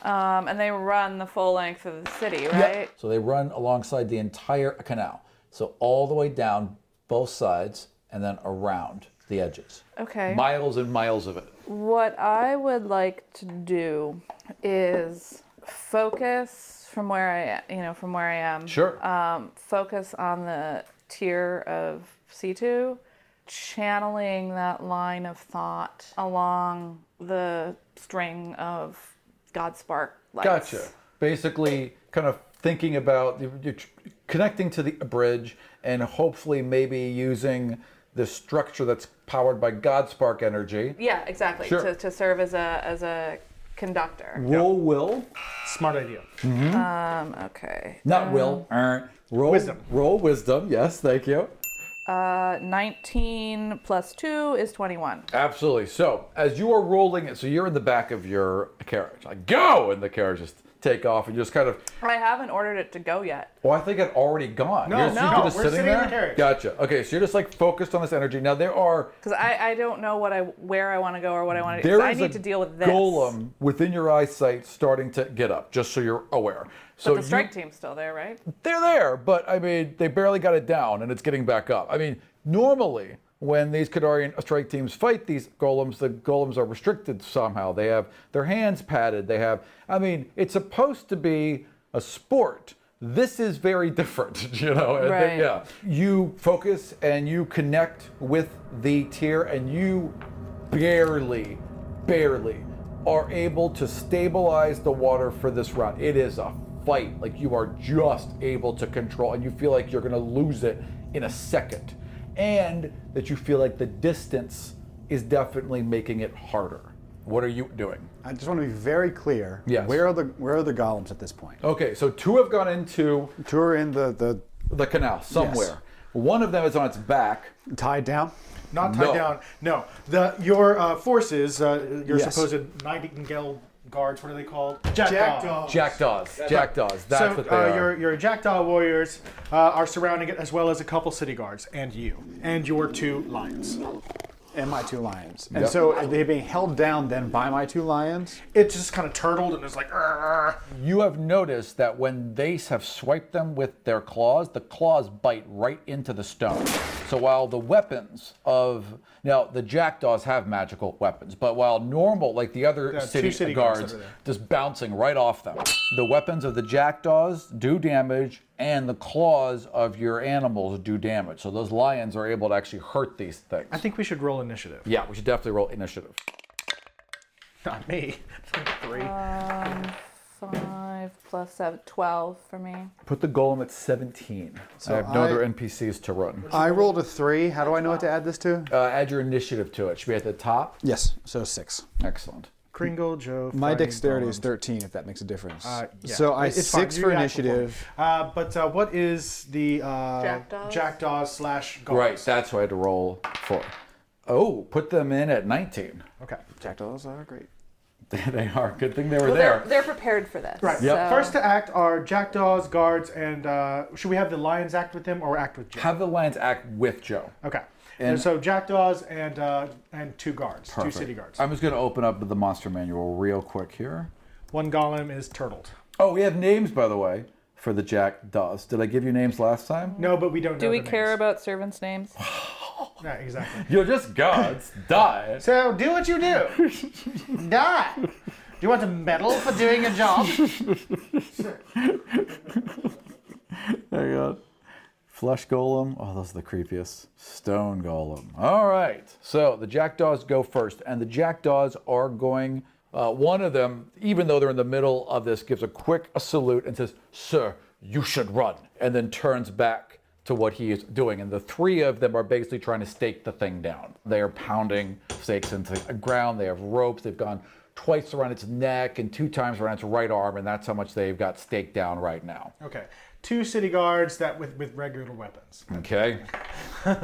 [SPEAKER 10] Um, and they run the full length of the city,
[SPEAKER 13] Yeah.
[SPEAKER 10] right?
[SPEAKER 13] So they run alongside the entire canal. So all the way down both sides and then around the edges.
[SPEAKER 10] Okay.
[SPEAKER 13] Miles and miles of it.
[SPEAKER 10] What I would like to do is focus from where I, you know, from where I am.
[SPEAKER 13] Sure.
[SPEAKER 10] Um, focus on the tier of C2, channeling that line of thought along the string of Godspark lights.
[SPEAKER 13] Gotcha. Basically, kind of thinking about you're tr- connecting to the bridge and hopefully maybe using the structure that's powered by Godspark energy.
[SPEAKER 10] Yeah, exactly.
[SPEAKER 13] Sure.
[SPEAKER 10] To, to serve as a as a conductor.
[SPEAKER 13] Roll will. Mm-hmm.
[SPEAKER 12] Smart idea.
[SPEAKER 10] Um, okay.
[SPEAKER 13] Not
[SPEAKER 10] Um,
[SPEAKER 13] will. er, roll wisdom. Roll wisdom. Yes, thank you.
[SPEAKER 10] Uh, 19 plus 2 is 21.
[SPEAKER 13] Absolutely. So as you are rolling it, so you're in the back of your carriage. Like go, and the carriage just take off and just kind of.
[SPEAKER 10] I haven't ordered it to go yet.
[SPEAKER 13] Well, I think it already gone.
[SPEAKER 10] No,
[SPEAKER 13] you're, just-
[SPEAKER 10] no,
[SPEAKER 13] you're just
[SPEAKER 10] we're
[SPEAKER 13] sitting,
[SPEAKER 10] sitting in
[SPEAKER 13] there.
[SPEAKER 10] the carriage.
[SPEAKER 13] Gotcha. Okay, so you're just like focused on this energy. Now there are
[SPEAKER 10] Because I, I don't know what I where I want to go or what I want to do.
[SPEAKER 13] There
[SPEAKER 10] 'cause I
[SPEAKER 13] is
[SPEAKER 10] need
[SPEAKER 13] a
[SPEAKER 10] to deal with this.
[SPEAKER 13] golem within your eyesight starting to get up, just so you're aware. So
[SPEAKER 10] but the
[SPEAKER 13] you-
[SPEAKER 10] strike team's still there, right?
[SPEAKER 13] they're there, but I mean, they barely got it down, and it's getting back up. I mean, normally when these Kadarian strike teams fight these golems, the golems are restricted somehow. They have their hands padded. They have. I mean, it's supposed to be a sport. This is very different, you know. and they-
[SPEAKER 17] Right.
[SPEAKER 13] yeah. You focus and you connect with the tier, and you barely, barely are able to stabilize the water for this round. It is a fight. Like you are just able to control, and you feel like you're going to lose it in a second, and that you feel like the distance is definitely making it harder. What are you doing?
[SPEAKER 11] I just want to be very clear.
[SPEAKER 13] Yes.
[SPEAKER 11] Where are the where are the golems at this point?
[SPEAKER 13] Okay, so two have gone into.
[SPEAKER 11] Two are in the the
[SPEAKER 13] the canal somewhere. One of them is on its back,
[SPEAKER 11] tied down.
[SPEAKER 12] Not tied
[SPEAKER 13] No.
[SPEAKER 12] down. No. The your uh, forces, uh, your
[SPEAKER 13] Yes.
[SPEAKER 12] supposed nightingale guards. What are they called?
[SPEAKER 13] Jackdaws. Jackdaws. Jackdaws. That's
[SPEAKER 12] so,
[SPEAKER 13] what they
[SPEAKER 12] uh,
[SPEAKER 13] are.
[SPEAKER 12] Your, your jackdaw warriors uh, are surrounding it, as well as a couple city guards, and you, and your two lions.
[SPEAKER 11] And my two lions. And
[SPEAKER 12] Yep.
[SPEAKER 11] so are they being held down then by my two lions?
[SPEAKER 12] It just kind of turtled and it's like. "Arr."
[SPEAKER 13] You have noticed that when they have swiped them with their claws, the claws bite right into the stone. So while the weapons of now the jackdaws have magical weapons, but while normal like the other
[SPEAKER 12] Yeah, two
[SPEAKER 13] city,
[SPEAKER 12] city guards
[SPEAKER 13] guards
[SPEAKER 12] that are there.
[SPEAKER 13] just bouncing right off them, the weapons of the jackdaws do damage, and the claws of your animals do damage. So those lions are able to actually hurt these things.
[SPEAKER 12] I think we should roll initiative.
[SPEAKER 13] Yeah, we should definitely roll initiative.
[SPEAKER 12] Not me. Three.
[SPEAKER 10] Um, 5 plus seven, 12 for me.
[SPEAKER 13] Put the golem at 17.
[SPEAKER 11] So
[SPEAKER 13] I have no
[SPEAKER 11] I-
[SPEAKER 13] other NPCs to run.
[SPEAKER 11] I rolled a three. How do I know what to add this to?
[SPEAKER 13] Uh, add your initiative to it. Should be at the top.
[SPEAKER 11] Yes, so six.
[SPEAKER 13] Excellent.
[SPEAKER 12] Kringle, Joe.
[SPEAKER 11] My
[SPEAKER 12] Friday,
[SPEAKER 11] dexterity is 13, if that makes a difference.
[SPEAKER 12] Uh, yeah.
[SPEAKER 11] So I
[SPEAKER 12] It's fine.
[SPEAKER 11] six
[SPEAKER 12] You
[SPEAKER 11] for
[SPEAKER 12] act
[SPEAKER 11] initiative.
[SPEAKER 12] Uh, but uh, what is the uh,
[SPEAKER 10] Jackdaws?
[SPEAKER 12] jackdaws slash golems?
[SPEAKER 13] Right, that's what I had to roll for. Oh, put them in at 19.
[SPEAKER 12] Okay.
[SPEAKER 11] Jackdaws are great.
[SPEAKER 13] they are. Good thing they were
[SPEAKER 12] Well,
[SPEAKER 13] there.
[SPEAKER 12] they're-
[SPEAKER 18] They're prepared for this.
[SPEAKER 12] Right.
[SPEAKER 13] Yep. so-
[SPEAKER 12] First to act are jackdaws, guards, and uh, should we have the lions act with them or act with Joe?
[SPEAKER 13] Have the lions act with Joe.
[SPEAKER 12] Okay.
[SPEAKER 13] And-
[SPEAKER 12] And so jackdaws and uh, and two guards,
[SPEAKER 13] Perfect.
[SPEAKER 12] two city guards.
[SPEAKER 13] I'm just going to open up the monster manual real quick here.
[SPEAKER 12] One golem is turtled.
[SPEAKER 13] Oh, we have names, by the way, for the jackdaws. Did I give you names last time?
[SPEAKER 12] No, but we don't.
[SPEAKER 19] Do
[SPEAKER 12] know
[SPEAKER 19] we
[SPEAKER 12] their
[SPEAKER 19] care
[SPEAKER 12] names.
[SPEAKER 19] about servants' names?
[SPEAKER 12] Yeah, exactly.
[SPEAKER 13] You're just gods. Die.
[SPEAKER 12] So do what you do. Die. Do you want a medal for doing your job?
[SPEAKER 13] There you go. Flesh golem. Oh, those are the creepiest. Stone golem. All right. So the jackdaws go first, and the jackdaws are going. Uh, one of them, even though they're in the middle of this, gives a quick salute and says, "Sir, you should run," and then turns back to what he is doing. And the three of them are basically trying to stake the thing down. They are pounding stakes into the ground. They have ropes. They've gone twice around its neck and two times around its right arm, and that's how much they've got staked down right now.
[SPEAKER 12] Okay. Two city guards that with with regular weapons.
[SPEAKER 13] Okay. All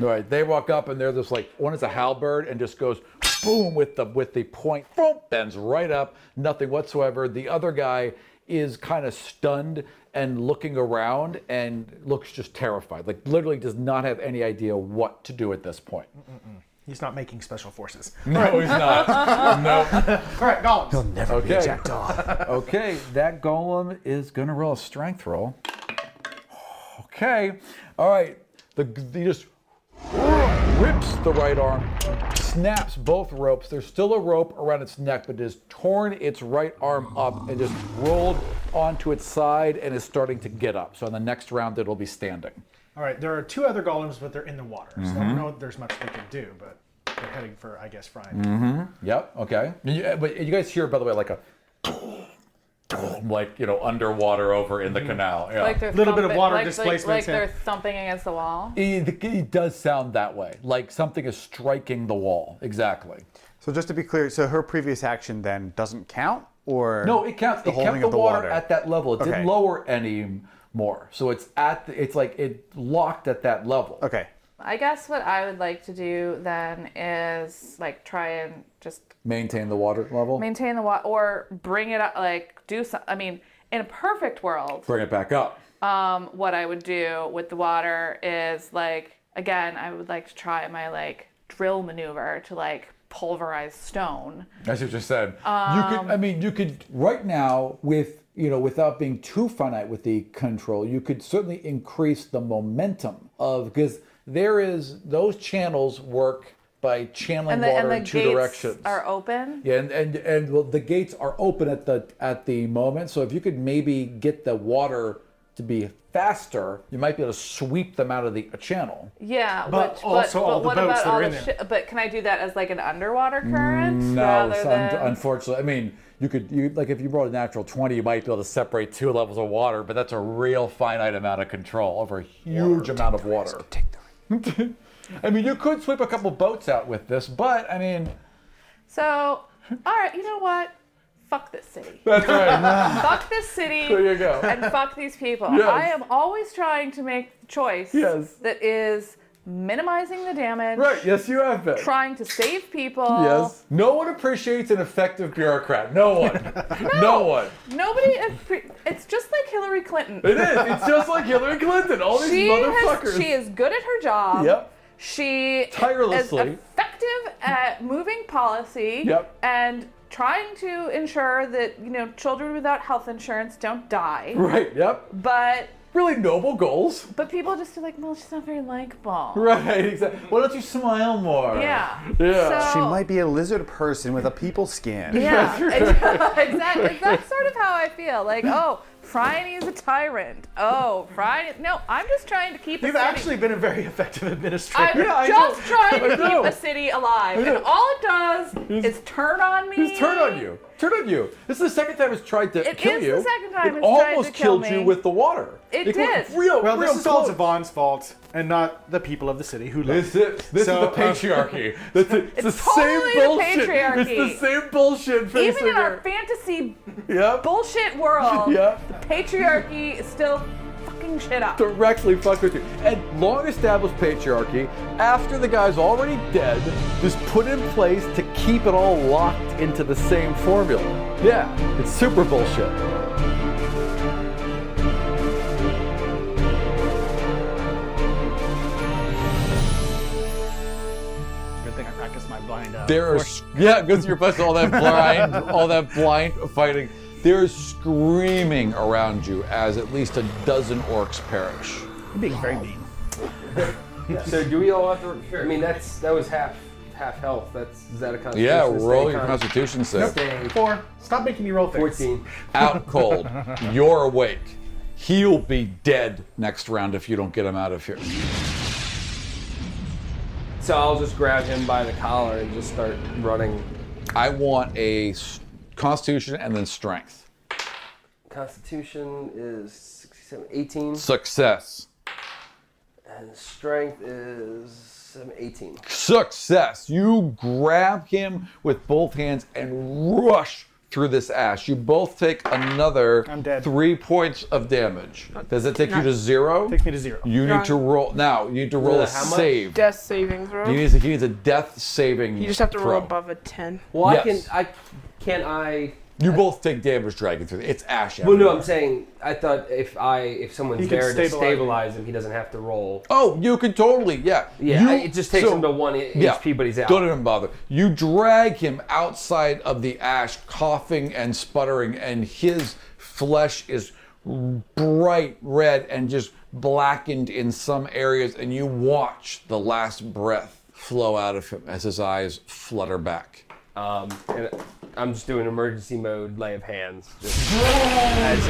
[SPEAKER 13] right. They walk up and they're just like one is a halberd and just goes boom with the with the point. Boom, bends right up. Nothing whatsoever. The other guy is kind of stunned and looking around and looks just terrified. Like literally does not have any idea what to do at this point.
[SPEAKER 12] Mm-mm. He's not making special forces.
[SPEAKER 13] No, he's not. No.
[SPEAKER 12] All right, golems.
[SPEAKER 13] He'll never be a Okay. jackdaw. okay, that golem is gonna roll a strength roll. Okay, all right. The he just rips the right arm, snaps both ropes. There's still a rope around its neck, but it has torn its right arm up and just rolled onto its side and is starting to get up. So in the next round, it'll be standing.
[SPEAKER 12] All right, there are two other golems, but they're in the water, so I
[SPEAKER 13] Mhm.
[SPEAKER 12] don't know if there's much they can do. But they're heading for, I guess, frying.
[SPEAKER 13] Mm-hmm. Yep. Okay. You- uh, But you guys hear, by the way, like a like you know underwater over in the canal. Yeah.
[SPEAKER 12] they're Little bit of
[SPEAKER 10] thumping-
[SPEAKER 12] water
[SPEAKER 10] Mm-hmm. like,
[SPEAKER 13] displacement
[SPEAKER 10] Like, like
[SPEAKER 13] here.
[SPEAKER 10] they're thumping against the wall.
[SPEAKER 13] It, it does sound that way. Like something is striking the wall. Exactly.
[SPEAKER 11] So just to be clear, so her previous action then doesn't count, or
[SPEAKER 13] No, it counts.
[SPEAKER 11] The
[SPEAKER 13] it
[SPEAKER 11] holding
[SPEAKER 13] kept the
[SPEAKER 11] of the
[SPEAKER 13] water,
[SPEAKER 11] water.
[SPEAKER 13] at that level. It
[SPEAKER 11] Okay.
[SPEAKER 13] didn't lower any more. So it's at the, it's like it locked at that level.
[SPEAKER 11] Okay.
[SPEAKER 10] I guess what I would like to do then is like try and just
[SPEAKER 13] Maintain the water level.
[SPEAKER 10] maintain the water or bring it up, like do some. I mean, in a perfect world,
[SPEAKER 13] Bring it back up.
[SPEAKER 10] um, what I would do with the water is like again, I would like to try my like drill maneuver to like pulverize stone.
[SPEAKER 13] That's what you said.
[SPEAKER 10] Uh,
[SPEAKER 13] you could, I mean, you could right now with you know without being too finite with the control, you could certainly increase the momentum of because there is those channels work by channeling
[SPEAKER 10] and the,
[SPEAKER 13] water
[SPEAKER 10] and the
[SPEAKER 13] in two
[SPEAKER 10] gates
[SPEAKER 13] directions.
[SPEAKER 10] are open.
[SPEAKER 13] Yeah, and and, and well, the gates are open at the at the moment. So if you could maybe get the water to be faster, you might be able to sweep them out of the channel.
[SPEAKER 10] Yeah,
[SPEAKER 13] But
[SPEAKER 10] which-
[SPEAKER 13] also
[SPEAKER 10] but, but
[SPEAKER 13] all the
[SPEAKER 10] what
[SPEAKER 13] boats
[SPEAKER 10] about
[SPEAKER 13] that
[SPEAKER 10] all
[SPEAKER 13] are in
[SPEAKER 10] the
[SPEAKER 13] there. Mm,
[SPEAKER 10] shi- but can I do that as like an underwater current?
[SPEAKER 13] No,
[SPEAKER 10] rather
[SPEAKER 13] it's un-
[SPEAKER 10] than...
[SPEAKER 13] unfortunately, I mean, you could you like if you rolled a natural twenty, you might be able to separate two levels of water, but that's a real finite amount of control over a huge amount of water. I mean, you could sweep a couple boats out with this, but I mean,
[SPEAKER 10] So, all right, you know what? Fuck this city.
[SPEAKER 13] That's right.
[SPEAKER 10] fuck this city.
[SPEAKER 13] There you go.
[SPEAKER 10] And fuck these people.
[SPEAKER 13] Yes.
[SPEAKER 10] I am always trying to make the choice
[SPEAKER 13] Yes.
[SPEAKER 10] that is minimizing the damage.
[SPEAKER 13] right? Yes, you have been.
[SPEAKER 10] Trying to save people.
[SPEAKER 13] Yes. No one appreciates an effective bureaucrat. No one. no. one.
[SPEAKER 10] Nobody. appre- It's just like Hillary Clinton.
[SPEAKER 13] It is. It's just like Hillary Clinton. All these
[SPEAKER 10] she
[SPEAKER 13] motherfuckers.
[SPEAKER 10] Has, she is good at her job.
[SPEAKER 13] Yep.
[SPEAKER 10] She
[SPEAKER 13] Tirelessly.
[SPEAKER 10] is effective at moving policy
[SPEAKER 13] Yep.
[SPEAKER 10] and trying to ensure that you know children without health insurance don't die.
[SPEAKER 13] Right. Yep.
[SPEAKER 10] But
[SPEAKER 13] Really noble goals.
[SPEAKER 10] but people just are like, well, she's not very likable.
[SPEAKER 13] Right. Exactly. Why don't you smile more?
[SPEAKER 10] Yeah.
[SPEAKER 11] She
[SPEAKER 10] So-
[SPEAKER 11] might be a lizard person with a people skin.
[SPEAKER 10] Yeah. exactly. That's sort of how I feel. Like, oh, Friday is a tyrant. Oh, Friday. No, I'm just trying to keep.
[SPEAKER 20] You've
[SPEAKER 10] a city.
[SPEAKER 20] actually been a very effective
[SPEAKER 10] I'm
[SPEAKER 20] administrator.
[SPEAKER 10] just trying to
[SPEAKER 20] I know.
[SPEAKER 10] keep a city alive,
[SPEAKER 20] I know.
[SPEAKER 10] and all it does is turn on me.
[SPEAKER 13] He's turned on you. Turned on you. This is the second time it's tried to
[SPEAKER 10] It
[SPEAKER 13] kill
[SPEAKER 10] is the
[SPEAKER 13] you.
[SPEAKER 10] second time
[SPEAKER 13] it
[SPEAKER 10] it's tried to
[SPEAKER 13] almost
[SPEAKER 10] kill
[SPEAKER 13] killed
[SPEAKER 10] me.
[SPEAKER 13] you with the water.
[SPEAKER 10] It
[SPEAKER 13] went
[SPEAKER 10] did.
[SPEAKER 13] Real,
[SPEAKER 12] well,
[SPEAKER 13] real
[SPEAKER 12] this is
[SPEAKER 13] close.
[SPEAKER 12] all Zavon's fault and not the people of the city who love
[SPEAKER 13] This is this
[SPEAKER 12] So,
[SPEAKER 8] uh,
[SPEAKER 12] uh,
[SPEAKER 13] is the patriarchy. That's it. It's, the
[SPEAKER 10] totally the
[SPEAKER 13] same bullshit.
[SPEAKER 10] patriarchy.
[SPEAKER 13] It's the same bullshit.
[SPEAKER 10] Even
[SPEAKER 13] facing
[SPEAKER 10] in our
[SPEAKER 13] her.
[SPEAKER 10] fantasy
[SPEAKER 13] Yep.
[SPEAKER 10] bullshit world,
[SPEAKER 13] Yep.
[SPEAKER 10] the patriarchy is still fucking shit up.
[SPEAKER 13] directly fucked with you. And long established patriarchy, after the guy's already dead, is put in place to keep it all locked into the same formula. Yeah, it's super bullshit.
[SPEAKER 20] Good thing I practiced my blind. Uh,
[SPEAKER 13] There are
[SPEAKER 20] force.
[SPEAKER 13] yeah, goes your best all that blind, all that blind fighting. There's screaming around you as at least a dozen orcs perish.
[SPEAKER 15] You're being very mean.
[SPEAKER 16] so do we all have to? I mean, that's that was half half health. That's is that a constitution?
[SPEAKER 13] Yeah, roll
[SPEAKER 16] stay
[SPEAKER 13] your
[SPEAKER 16] con-
[SPEAKER 13] constitution save.
[SPEAKER 16] Stay
[SPEAKER 20] four. Stop making me roll things.
[SPEAKER 16] fourteen.
[SPEAKER 13] Out cold. You're awake. He'll be dead next round if you don't get him out of here.
[SPEAKER 16] So I'll just grab him by the collar and just start running.
[SPEAKER 13] I want a s- constitution and then strength.
[SPEAKER 16] Constitution is 67, 18,
[SPEAKER 13] Success.
[SPEAKER 16] and strength is seven, 18.
[SPEAKER 13] Success. You grab him with both hands and rush through this ash. You both take another three points of damage. Does it take you to zero? Takes
[SPEAKER 12] me to zero.
[SPEAKER 13] You
[SPEAKER 14] Wrong.
[SPEAKER 13] need to roll now. You need to roll a
[SPEAKER 14] How much?
[SPEAKER 13] save.
[SPEAKER 14] Death saving throw.
[SPEAKER 13] You need to, he needs a death saving.
[SPEAKER 14] You just have to roll
[SPEAKER 13] Mm. throw.
[SPEAKER 14] above a ten.
[SPEAKER 16] Well,
[SPEAKER 13] Yes.
[SPEAKER 16] I can. I can I.
[SPEAKER 13] You both take damage dragging through. It's ash.
[SPEAKER 16] Well, no,
[SPEAKER 13] everywhere.
[SPEAKER 16] I'm saying I thought if I if someone's
[SPEAKER 13] He can
[SPEAKER 16] there to
[SPEAKER 13] stabilize him.
[SPEAKER 16] stabilize him, he doesn't have to roll.
[SPEAKER 13] Oh, you can totally, yeah.
[SPEAKER 16] Yeah,
[SPEAKER 13] You-
[SPEAKER 16] I- it just takes him to one i- HP, but he's out.
[SPEAKER 13] Don't even bother. You drag him outside of the ash, coughing and sputtering, and his flesh is bright red and just blackened in some areas, and you watch the last breath flow out of him as his eyes flutter back.
[SPEAKER 16] Um, and I'm just doing emergency mode lay of hands. Just, as,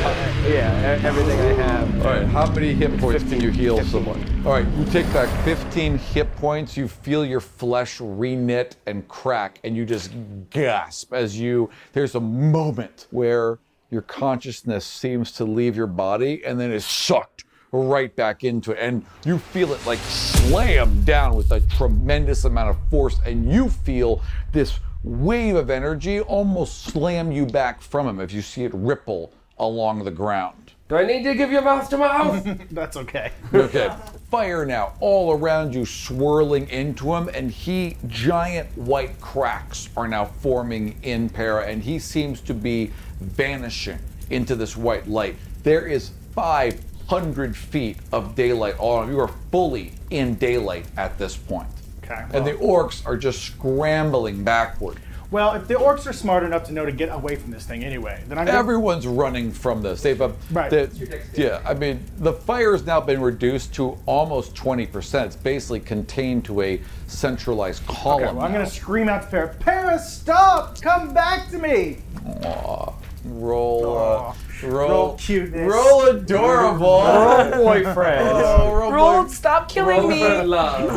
[SPEAKER 16] yeah, e- everything I have.
[SPEAKER 13] All right, how many hit points can you heal someone? All right, you take back 15 hit points. You feel your flesh re-knit and crack, and you just gasp as you. There's a moment where your consciousness seems to leave your body, and then is sucked right back into it, and you feel it like slam down with a tremendous amount of force, and you feel this wave of energy almost slam you back from him if you see it ripple along the ground.
[SPEAKER 16] Do I need to give you mouth to mouth?
[SPEAKER 12] That's okay.
[SPEAKER 13] Okay. Fire now all around you, swirling into him, and he giant white cracks are now forming in Para, and he seems to be vanishing into this white light. There is 500 feet of daylight all around. You are fully in daylight at this point.
[SPEAKER 12] Okay.
[SPEAKER 13] And the orcs are just scrambling backward.
[SPEAKER 12] Well, if the orcs are smart enough to know to get away from this thing anyway, then I'm gonna-
[SPEAKER 13] Everyone's running from this. They've up,
[SPEAKER 12] Right.
[SPEAKER 13] the- yeah. I mean, the fire has now been reduced to almost twenty percent. It's basically contained to a centralized column.
[SPEAKER 12] Okay, well, I'm
[SPEAKER 13] now.
[SPEAKER 12] going to scream out to Farrah, Para, stop! Come back to me!
[SPEAKER 13] Aw, roll, uh, roll,
[SPEAKER 12] roll cuteness.
[SPEAKER 13] roll adorable,
[SPEAKER 12] Roll boyfriend.
[SPEAKER 13] Oh, roll,
[SPEAKER 14] Roll, stop killing
[SPEAKER 13] Roll
[SPEAKER 14] me.
[SPEAKER 13] for love.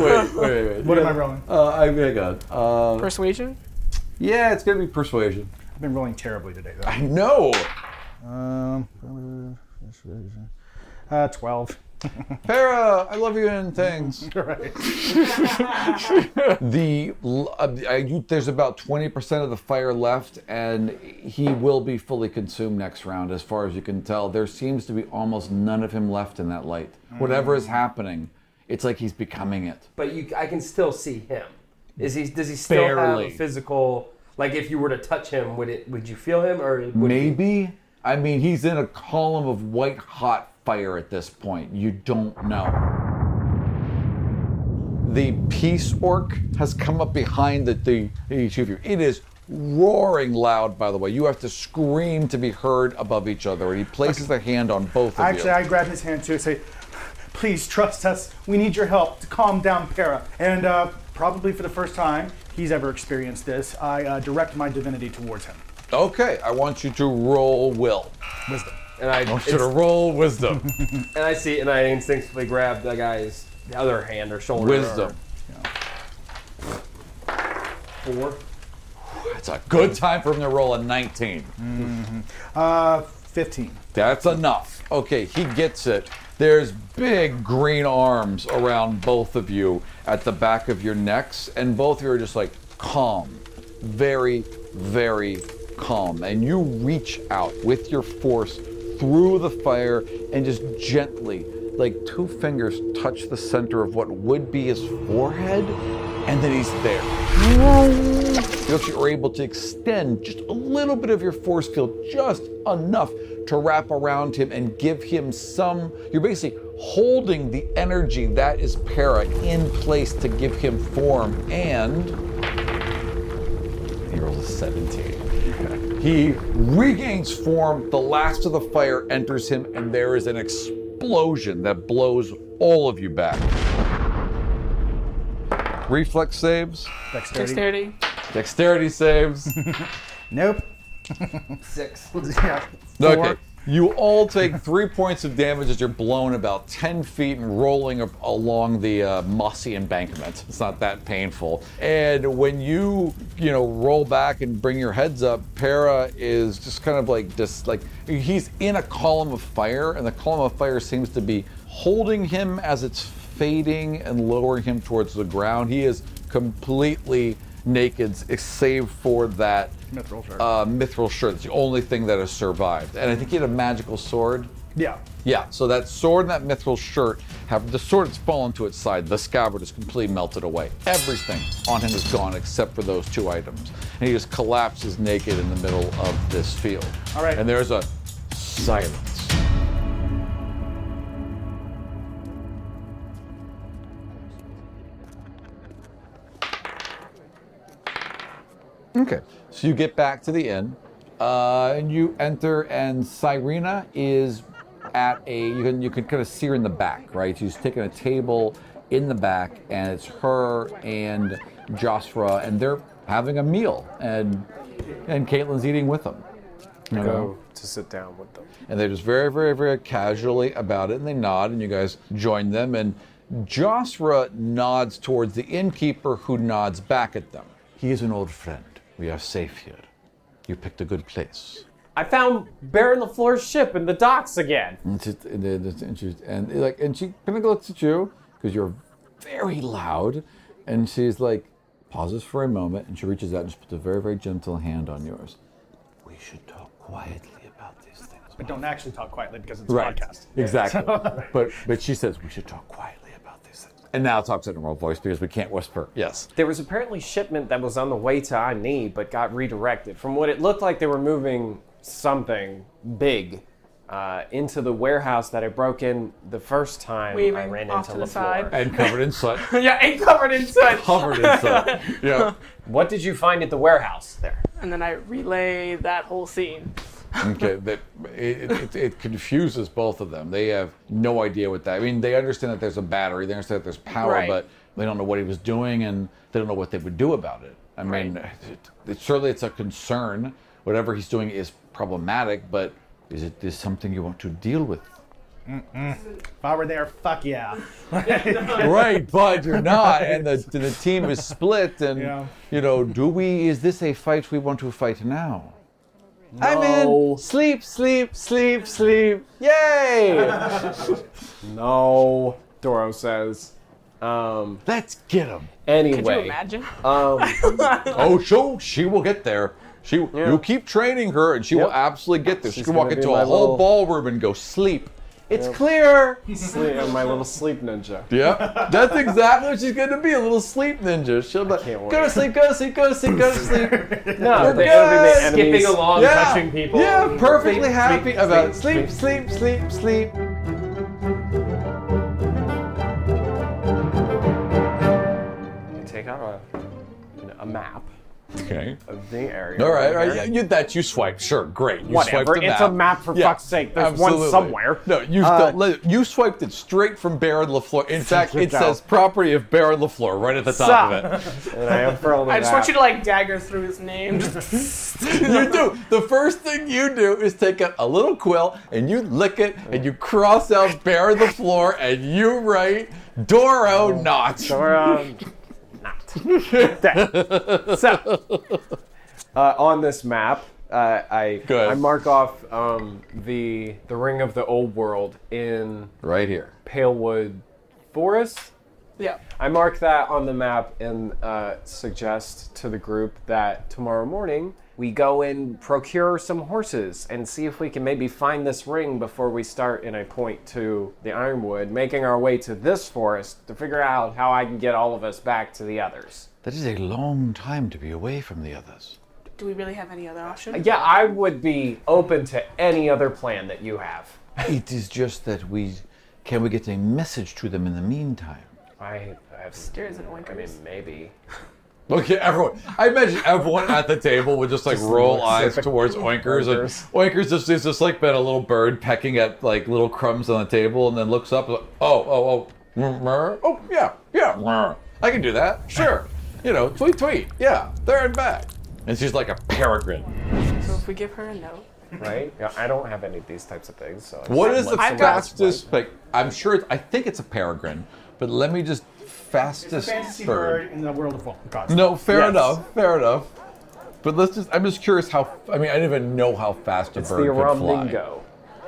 [SPEAKER 13] Wait, wait, wait.
[SPEAKER 12] What am I rolling?
[SPEAKER 13] Uh, I'm gonna go. Uh,
[SPEAKER 14] Persuasion.
[SPEAKER 13] yeah, it's gonna be persuasion.
[SPEAKER 12] I've been rolling terribly today, though.
[SPEAKER 13] I know.
[SPEAKER 12] Um, uh, 12.
[SPEAKER 13] Para, I love you and things. the l- uh, I, you, there's about 20% of the fire left and he will be fully consumed next round as far as you can tell there seems to be almost none of him left in that light
[SPEAKER 12] Hmm.
[SPEAKER 13] whatever is happening it's like he's becoming it
[SPEAKER 16] But you, I can still see him. Is he? Does he still
[SPEAKER 13] Barely.
[SPEAKER 16] have a physical? Like, if you were to touch him, would it? Would you feel him, or would
[SPEAKER 13] maybe i mean he's in a column of white hot fire at this point you don't know the peace orc has come up behind the, the each of you. It is roaring loud, by the way. You have to scream to be heard above each other. And he places a hand on both of
[SPEAKER 12] Actually,
[SPEAKER 13] you.
[SPEAKER 12] I grab his hand too and say, Please trust us. We need your help to calm down Para. And uh, probably for the first time he's ever experienced this, I uh, direct my divinity towards him.
[SPEAKER 13] Okay, I want you to roll will.
[SPEAKER 12] Wisdom.
[SPEAKER 16] and I
[SPEAKER 13] I should have rolled wisdom.
[SPEAKER 16] and I see and I instinctively grab the guy's other hand or shoulder.
[SPEAKER 13] Wisdom.
[SPEAKER 16] Or four.
[SPEAKER 13] That's a good time for him to roll a 19.
[SPEAKER 12] Uh, 15.
[SPEAKER 13] That's enough. Okay, he gets it. There's big green arms around both of you at the back of your necks, and both of you are just like calm, very, very calm. And you reach out with your force through the fire and just gently, like two fingers, touch the center of what would be his forehead, and then he's there. You actually are able to extend just a little bit of your force field, just enough to wrap around him and give him some. You're basically holding the energy that is para in place to give him form. And he rolls a 17. He regains form, the last of the fire enters him, and there is an explosion that blows all of you back. Reflex saves.
[SPEAKER 14] Dexterity.
[SPEAKER 13] Dexterity saves.
[SPEAKER 11] nope.
[SPEAKER 16] Six.
[SPEAKER 11] yeah.
[SPEAKER 13] Okay. You all take three points of damage as you're blown about 10 feet and rolling a- along the uh, mossy embankment. It's not that painful. And when you, you know, roll back and bring your heads up, Para is just kind of like, just like, he's in a column of fire, and the column of fire seems to be holding him as it's fading and lowering him towards the ground. He is completely naked, s- save for that
[SPEAKER 12] Mithril shirt.
[SPEAKER 13] uh, mithril shirt. It's the only thing that has survived. And I think he had a magical sword.
[SPEAKER 12] yeah.
[SPEAKER 13] Yeah, so that sword and that mithril shirt have the sword has fallen to its side. The scabbard is completely melted away. Everything on him is gone except for those two items. And he just collapses naked in the middle of this field. All right. And there's a silence. Okay. So you get back to the inn, uh, and you enter, and Cyrena is at a. You can you can kind of see her in the back, right? She's taking a table in the back, and it's her and Josra, and they're having a meal, and and Caitlin's eating with them.
[SPEAKER 16] I
[SPEAKER 13] You know?
[SPEAKER 16] go to sit down with them.
[SPEAKER 13] And they're just very, very, very casually about it, and they nod, and you guys join them. And Josra nods towards the innkeeper, who nods back at them. He is an old friend. We are safe here. You picked a good place.
[SPEAKER 15] I found Baron LaFleur's ship in the docks again.
[SPEAKER 13] And, she, and, they- they- and she- and like, and she kind of looks at you because you're very loud, and she's like, pauses for a moment, and she reaches out and she puts a very, very gentle hand on yours. We should talk quietly about these things.
[SPEAKER 12] But don't actually talk quietly because it's
[SPEAKER 13] right.
[SPEAKER 12] a podcast.
[SPEAKER 13] Exactly.
[SPEAKER 12] So-
[SPEAKER 13] but but she says we should talk quietly about these things. And now talks in a normal voice because we can't whisper. Yes.
[SPEAKER 15] There was apparently shipment that was on the way to Ani, but got redirected. From what it looked like, they were moving something big uh, into the warehouse that I broke in the first time I
[SPEAKER 14] Weaving
[SPEAKER 15] ran
[SPEAKER 14] off
[SPEAKER 15] into
[SPEAKER 14] to the
[SPEAKER 15] LaFleur.
[SPEAKER 14] side. And
[SPEAKER 13] covered in soot.
[SPEAKER 14] yeah, and covered in soot.
[SPEAKER 13] covered in soot. Yeah.
[SPEAKER 15] What did you find at the warehouse there?
[SPEAKER 14] And then I relay that whole scene.
[SPEAKER 13] Okay. That it, it, it confuses both of them. They have no idea what that. I mean, they understand that there's a battery. They understand that there's power,
[SPEAKER 14] Right.
[SPEAKER 13] but they don't know what he was doing, and they don't know what they would do about it. I mean, it, it, certainly it's a concern. Whatever he's doing is problematic, but is it is something you want to deal with?
[SPEAKER 12] Mm-mm. If I were there, fuck yeah.
[SPEAKER 13] right, but you're not, and the, the team is split. And
[SPEAKER 12] Yeah.
[SPEAKER 13] you know, do we? Is this a fight we want to fight now?
[SPEAKER 15] I'm in. Sleep, sleep, sleep, sleep. Yay! no, Doro says. Um,
[SPEAKER 13] Let's get him.
[SPEAKER 15] Anyway,
[SPEAKER 14] imagine?
[SPEAKER 15] Um,
[SPEAKER 13] oh, sure, she will get there. She, you keep training her, and she will absolutely get there. She
[SPEAKER 15] She's
[SPEAKER 13] can walk
[SPEAKER 15] gonna be
[SPEAKER 13] into a
[SPEAKER 15] my
[SPEAKER 13] whole
[SPEAKER 15] little-
[SPEAKER 13] ballroom and go sleep. It's
[SPEAKER 15] Yep.
[SPEAKER 13] clear.
[SPEAKER 15] sleep, I'm my little sleep ninja.
[SPEAKER 13] Yeah, that's exactly what she's gonna be—a little sleep ninja. She'll be like, go to sleep, go to sleep, go to sleep, go to sleep.
[SPEAKER 15] No,
[SPEAKER 13] We're
[SPEAKER 15] they're gonna
[SPEAKER 13] good.
[SPEAKER 15] be the enemies. Skipping along, touching people.
[SPEAKER 13] Yeah, perfectly
[SPEAKER 15] Sleep,
[SPEAKER 13] happy
[SPEAKER 15] sleep,
[SPEAKER 13] about
[SPEAKER 15] sleep,
[SPEAKER 13] it. sleep, sleep, sleep. sleep.
[SPEAKER 15] I take out a, a map
[SPEAKER 13] Okay.
[SPEAKER 15] Of the area.
[SPEAKER 13] All right, all
[SPEAKER 15] right
[SPEAKER 13] right. Yeah, you, that you swipe. Sure, great. You
[SPEAKER 15] Whatever,
[SPEAKER 13] swiped the
[SPEAKER 15] it's
[SPEAKER 13] map.
[SPEAKER 15] a map for fuck's sake, there's one somewhere.
[SPEAKER 13] No, you
[SPEAKER 15] Uh,
[SPEAKER 13] don't let it- you swiped it straight from Baron Lafleur. In fact, it
[SPEAKER 15] No.
[SPEAKER 13] says property of Baron Lafleur right at the top of it.
[SPEAKER 15] And I unfurled
[SPEAKER 14] I just want you to like dagger through his name.
[SPEAKER 13] you do. The first thing you do is take out a little quill and you lick it and you cross out Baron Lafleur and you write Doro Not.
[SPEAKER 15] Doro Okay. so, uh, on this map, uh, I I mark off um, the the ring of the old world in
[SPEAKER 13] Right here.
[SPEAKER 15] Palewood Forest.
[SPEAKER 14] Yeah.
[SPEAKER 15] I mark that on the map and uh, suggest to the group that tomorrow morning we go and procure some horses and see if we can maybe find this ring before we start. And I point to the ironwood, making our way to this forest to figure out how I can get all of us back to the others.
[SPEAKER 13] That is a long time to be away from the others.
[SPEAKER 14] Do we really have any other option?
[SPEAKER 15] Yeah, I would be open to any other plan that you have.
[SPEAKER 13] It is just that we can we get a message to them in the meantime.
[SPEAKER 15] I have
[SPEAKER 14] Stairs and
[SPEAKER 15] I mean,
[SPEAKER 14] oinkers.
[SPEAKER 15] maybe.
[SPEAKER 13] Okay, everyone. I imagine everyone at the table would just like
[SPEAKER 15] Just
[SPEAKER 13] roll
[SPEAKER 15] looks
[SPEAKER 13] eyes
[SPEAKER 15] at-
[SPEAKER 13] towards Oinkers, and
[SPEAKER 15] Oinkers.
[SPEAKER 13] Oinkers just is just like been a little bird pecking at like little crumbs on the table, and then looks up. and like, oh, oh, oh, mm, mer. oh, yeah, yeah, mer. I can do that. Sure, you know, tweet, tweet. Yeah, there and back. And she's like a peregrine.
[SPEAKER 14] So if we give her a note.
[SPEAKER 15] Right? Yeah, I don't have any of these types of things. So I
[SPEAKER 13] What
[SPEAKER 15] just
[SPEAKER 13] is the
[SPEAKER 15] look somewhere else.
[SPEAKER 13] fastest? Like, I'm sure. It's, I think it's a peregrine, but let me just fastest
[SPEAKER 12] It's a fantasy
[SPEAKER 13] bird.
[SPEAKER 12] bird in the world of Walt- gods.
[SPEAKER 13] No, fair
[SPEAKER 12] Yes.
[SPEAKER 13] enough, fair enough. But let's just, I'm just curious how, I mean, I didn't even know how fast a
[SPEAKER 15] It's
[SPEAKER 13] bird
[SPEAKER 15] the
[SPEAKER 13] could fly.
[SPEAKER 15] Aromlingo.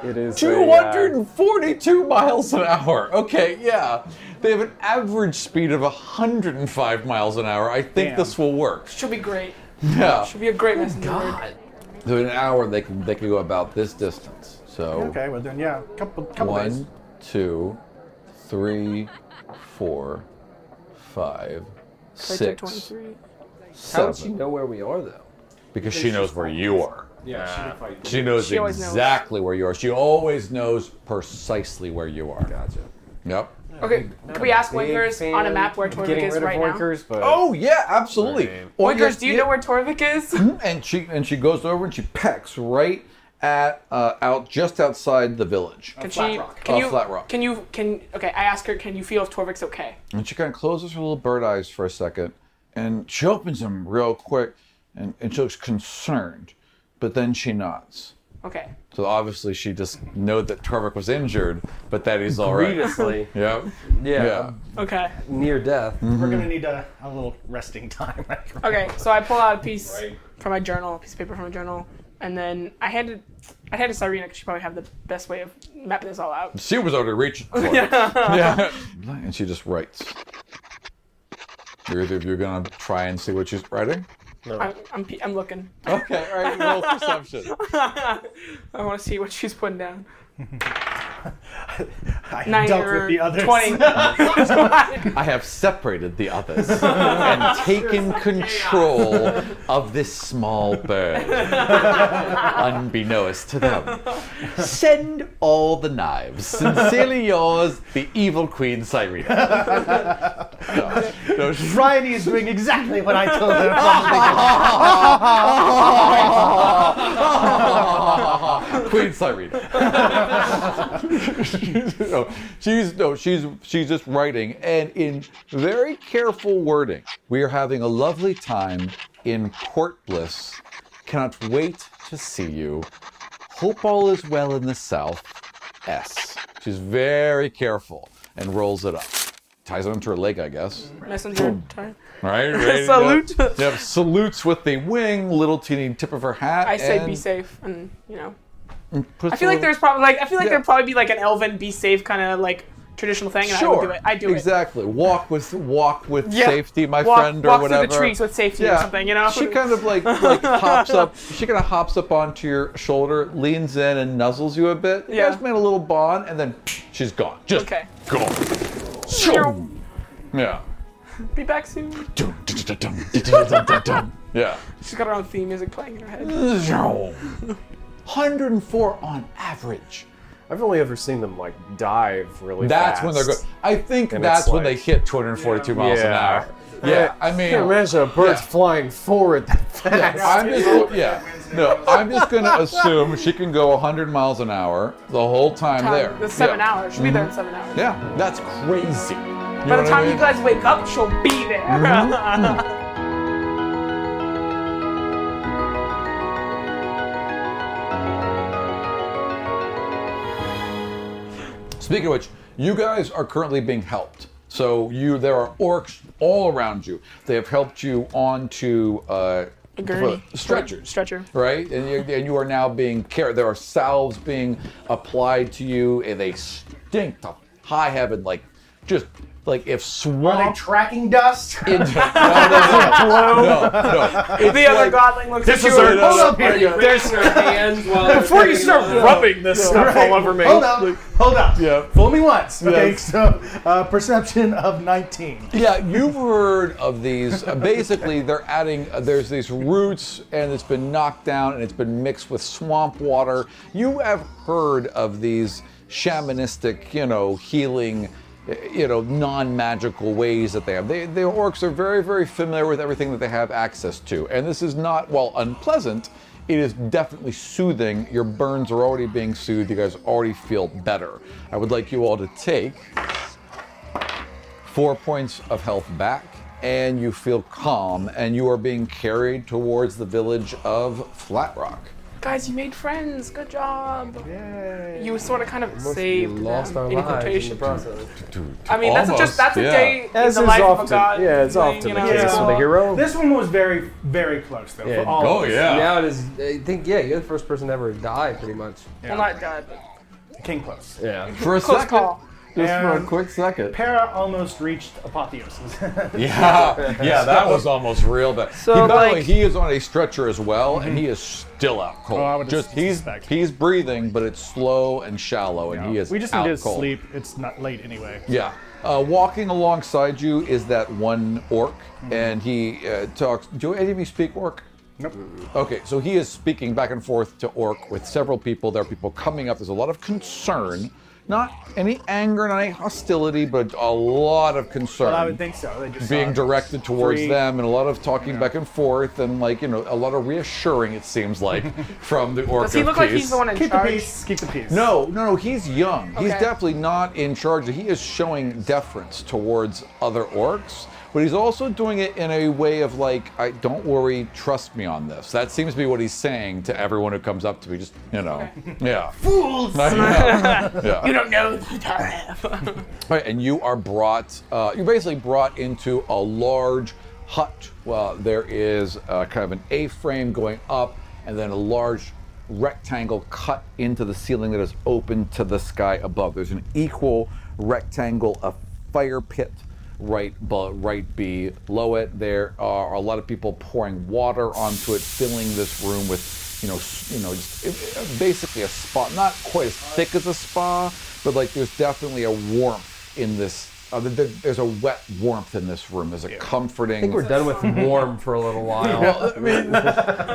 [SPEAKER 15] It is. a, uh,
[SPEAKER 13] 242 miles an hour. Okay, yeah. They have an average speed of 105 miles an hour. I think
[SPEAKER 14] Damn.
[SPEAKER 13] this will work.
[SPEAKER 14] She'll be great.
[SPEAKER 13] Yeah.
[SPEAKER 14] She'll be a great messenger. bird.
[SPEAKER 13] So in an hour, they can, they can go about this distance. So
[SPEAKER 12] Okay, well then, yeah, couple, couple days.
[SPEAKER 13] Oh. one, two, three, four, five, six,
[SPEAKER 15] How would
[SPEAKER 13] seven.
[SPEAKER 15] she know where we are, though?
[SPEAKER 13] Because she knows where you are.
[SPEAKER 15] Yeah, she
[SPEAKER 13] She knows
[SPEAKER 15] She always knows.
[SPEAKER 13] exactly where you are. She always knows precisely where you are. Gotcha. Yep.
[SPEAKER 14] Okay, can we ask Winkers on a map where Torvik
[SPEAKER 15] Getting
[SPEAKER 14] is
[SPEAKER 15] rid of
[SPEAKER 14] right
[SPEAKER 15] Oinkers,
[SPEAKER 14] now?
[SPEAKER 15] but-
[SPEAKER 13] Oh yeah, absolutely. Oh,
[SPEAKER 14] Winkers, do you know where Torvik is?
[SPEAKER 13] know? And she and she goes over and she pecks right at uh, out just outside the village.
[SPEAKER 14] Can she? Can
[SPEAKER 13] Uh,
[SPEAKER 14] you?
[SPEAKER 13] Flat Rock.
[SPEAKER 14] Can you? Can okay? I ask her. Can you feel if Torvik's okay?
[SPEAKER 13] And she kind of closes her little bird eyes for a second, and she opens them real quick, and, and she looks concerned, but then she nods.
[SPEAKER 14] Okay.
[SPEAKER 13] So obviously she just knew that Torvik was injured, but that he's all right.
[SPEAKER 15] Grievously.
[SPEAKER 13] yep.
[SPEAKER 15] Yeah.
[SPEAKER 14] Okay.
[SPEAKER 15] Near death.
[SPEAKER 12] We're gonna need a, a little resting time.
[SPEAKER 14] Okay. So I pull out a piece from my journal, a piece of paper from my journal, and then I handed, I handed Cyrena because she probably have the best way of mapping this all out.
[SPEAKER 13] She was already reaching for it.
[SPEAKER 14] Yeah.
[SPEAKER 13] And she just writes. You're either of you gonna try and see what she's writing?
[SPEAKER 14] I'm, I'm, pe- I'm looking.
[SPEAKER 13] Okay, all right, roll perception.
[SPEAKER 14] I want to see what she's putting down.
[SPEAKER 12] I
[SPEAKER 14] Nine
[SPEAKER 12] dealt
[SPEAKER 14] or
[SPEAKER 12] with the others.
[SPEAKER 14] Twenty.
[SPEAKER 13] I have separated the others and taken control of this small bird, unbeknownst to them. Send all the knives. Sincerely yours, the evil queen Cyrena. No, no, she's
[SPEAKER 12] Ryan is doing exactly what I told him.
[SPEAKER 13] Queen Cyrena. no, she's no, she's she's just writing, and in very careful wording, we are having a lovely time in Port Bliss. Cannot wait to see you. Hope all is well in the south. S. She's very careful and rolls it up. Ties it onto her leg, I guess.
[SPEAKER 14] Messenger time.
[SPEAKER 13] All right, ready to go.
[SPEAKER 14] Salute.
[SPEAKER 13] Yep, salutes with the wing, little teeny tip of her hat.
[SPEAKER 14] I say
[SPEAKER 13] and
[SPEAKER 14] be safe, and you know.
[SPEAKER 13] puts
[SPEAKER 14] I feel like
[SPEAKER 13] the-
[SPEAKER 14] there's probably like I feel like
[SPEAKER 13] Yeah.
[SPEAKER 14] there'd probably be like an elven be safe kind of like traditional thing, and I would do it. I do it.
[SPEAKER 13] exactly. Walk with walk with
[SPEAKER 14] Yeah.
[SPEAKER 13] safety, my
[SPEAKER 14] Walk-
[SPEAKER 13] friend, or
[SPEAKER 14] walk through the
[SPEAKER 13] whatever.
[SPEAKER 14] trees with safety or something, you know?
[SPEAKER 13] she kind of like like hops up. She kind of hops up onto your shoulder, leans in, and nuzzles you a bit. You guys made a little bond, and then she's gone. Just
[SPEAKER 14] Okay.
[SPEAKER 13] gone.
[SPEAKER 14] Sure.
[SPEAKER 13] Yeah.
[SPEAKER 14] Be back soon.
[SPEAKER 13] Yeah.
[SPEAKER 14] She's got her own theme music playing in her head.
[SPEAKER 13] 104 on average.
[SPEAKER 15] I've only ever seen them like dive really
[SPEAKER 13] That's
[SPEAKER 15] fast.
[SPEAKER 13] when they're good. I think
[SPEAKER 15] And
[SPEAKER 13] that's
[SPEAKER 15] it's
[SPEAKER 13] when they
[SPEAKER 15] like-
[SPEAKER 13] hit 242 miles an
[SPEAKER 15] Yeah.
[SPEAKER 13] hour. Yeah, I mean,
[SPEAKER 15] Can't imagine a bird flying forward that fast.
[SPEAKER 13] I'm just, yeah. No, I'm just going to assume she can go 100 miles an hour the whole time
[SPEAKER 14] Time.
[SPEAKER 13] there.
[SPEAKER 14] That's seven
[SPEAKER 13] Yeah.
[SPEAKER 14] hours. She'll be there in
[SPEAKER 13] Mhm.
[SPEAKER 14] seven hours.
[SPEAKER 13] Yeah, that's crazy.
[SPEAKER 14] By the time you guys wake up, she'll be there.
[SPEAKER 13] Mhm. Speaking of which, you guys are currently being helped. So you, there are orcs all around you. They have helped you onto uh,
[SPEAKER 14] A gurney.
[SPEAKER 13] stretchers,
[SPEAKER 14] Stretcher.
[SPEAKER 13] right? And you, and you are now being carried. There are salves being applied to you, and they stink to high heaven, like just like if swamp.
[SPEAKER 12] Uh-huh.
[SPEAKER 9] Are they tracking dust?
[SPEAKER 13] In- no, no, no, no.
[SPEAKER 9] The other godling looks This at you is and- our- Hold up here.
[SPEAKER 16] There's hands while they're
[SPEAKER 9] Before you
[SPEAKER 16] picking
[SPEAKER 9] start
[SPEAKER 16] it up.
[SPEAKER 9] rubbing this stuff all over me.
[SPEAKER 12] Hold up. Hold up.
[SPEAKER 13] Yeah.
[SPEAKER 12] Fool me once. Okay,
[SPEAKER 13] Yes.
[SPEAKER 12] so uh, perception of 19.
[SPEAKER 13] Yeah, you've heard of these. Uh, Basically, they're adding, uh, there's these roots, and it's been knocked down and it's been mixed with swamp water. You have heard of these shamanistic, you know, healing, uh, you know, non magical ways that they have. They, the orcs are very, very familiar with everything that they have access to. And this is not, while unpleasant, it is definitely soothing. Your burns are already being soothed. You guys already feel better. I would like you all to take four points of health back, and you feel calm, and you are being carried towards the village of Flat Rock.
[SPEAKER 14] Guys, you made friends. Good job. You sort of kind of
[SPEAKER 15] Must be
[SPEAKER 14] saved
[SPEAKER 15] lost
[SPEAKER 14] them
[SPEAKER 15] our
[SPEAKER 14] in
[SPEAKER 15] lives in
[SPEAKER 14] quotation.
[SPEAKER 15] the process.
[SPEAKER 14] I mean, that's a- just that's a
[SPEAKER 15] Almost, yeah.
[SPEAKER 14] day
[SPEAKER 15] As
[SPEAKER 14] in
[SPEAKER 15] is
[SPEAKER 14] the life of
[SPEAKER 15] often-
[SPEAKER 14] a god.
[SPEAKER 15] yeah, it's
[SPEAKER 14] thing,
[SPEAKER 15] often
[SPEAKER 14] you
[SPEAKER 15] the
[SPEAKER 14] know?
[SPEAKER 15] case for the hero.
[SPEAKER 12] This one was very, very close though.
[SPEAKER 15] Oh, Yeah.
[SPEAKER 12] For all
[SPEAKER 16] Oh,
[SPEAKER 12] of us.
[SPEAKER 15] Now it is. I think yeah, you're the first person to ever die, pretty much.
[SPEAKER 14] Well, not dead. But
[SPEAKER 12] King close.
[SPEAKER 15] Yeah.
[SPEAKER 13] For a
[SPEAKER 12] Close
[SPEAKER 13] second.
[SPEAKER 12] call.
[SPEAKER 13] Just for a
[SPEAKER 12] And-
[SPEAKER 13] quick second.
[SPEAKER 12] Para almost reached apotheosis.
[SPEAKER 13] Yeah, yeah, that was almost real. But
[SPEAKER 12] So,
[SPEAKER 13] he, by the way,
[SPEAKER 12] like- Mm-hmm.
[SPEAKER 13] he is on a stretcher as well, and he is still out cold.
[SPEAKER 12] Oh, I would
[SPEAKER 13] just he's he's breathing, but it's slow and shallow, and he is
[SPEAKER 12] We just
[SPEAKER 13] out
[SPEAKER 12] need to
[SPEAKER 13] cold.
[SPEAKER 12] sleep. It's not late anyway.
[SPEAKER 13] Yeah. Uh, walking alongside you is that one orc,
[SPEAKER 12] Mm-hmm.
[SPEAKER 13] and he uh, talks. Do any of you speak orc?
[SPEAKER 12] Nope.
[SPEAKER 13] Okay, so he is speaking back and forth to orc with several people. There are people coming up. There's a lot of concern. Not any anger, not any hostility, but a lot of concern.
[SPEAKER 12] Well, I would think so. They just saw
[SPEAKER 13] being
[SPEAKER 12] it.
[SPEAKER 13] directed towards
[SPEAKER 12] Three.
[SPEAKER 13] them, and a lot of talking back and forth, and like you know, a lot of reassuring. It seems like from the orc.
[SPEAKER 14] Does he
[SPEAKER 13] of
[SPEAKER 14] look like he's
[SPEAKER 13] peace.
[SPEAKER 14] the one in
[SPEAKER 12] Keep the
[SPEAKER 14] charge?
[SPEAKER 12] peace. Keep the peace.
[SPEAKER 13] No, no, no. He's young. He's
[SPEAKER 12] Okay.
[SPEAKER 13] definitely not in charge. He is showing deference towards other orcs, but he's also doing it in a way of like, I don't worry, trust me on this. That seems to be what he's saying to everyone who comes up to me. Just you know, yeah.
[SPEAKER 14] Fools!
[SPEAKER 13] Yeah. Yeah.
[SPEAKER 14] You don't know. who you don't have.
[SPEAKER 13] All right, and you are brought, uh, you're basically brought into a large hut. Well, there is uh, kind of an A frame going up, and then a large rectangle cut into the ceiling that is open to the sky above. There's an equal rectangle, a fire pit right bu- right below it. There are a lot of people pouring water onto it, filling this room with you know, s- you know, just, it- it- basically a spa. Not quite as thick as a spa, but like there's definitely a warmth in this. Uh, there, there's a wet warmth in this room. There's a comforting.
[SPEAKER 15] I think we're done with warm for a little while.
[SPEAKER 13] Well, I mean,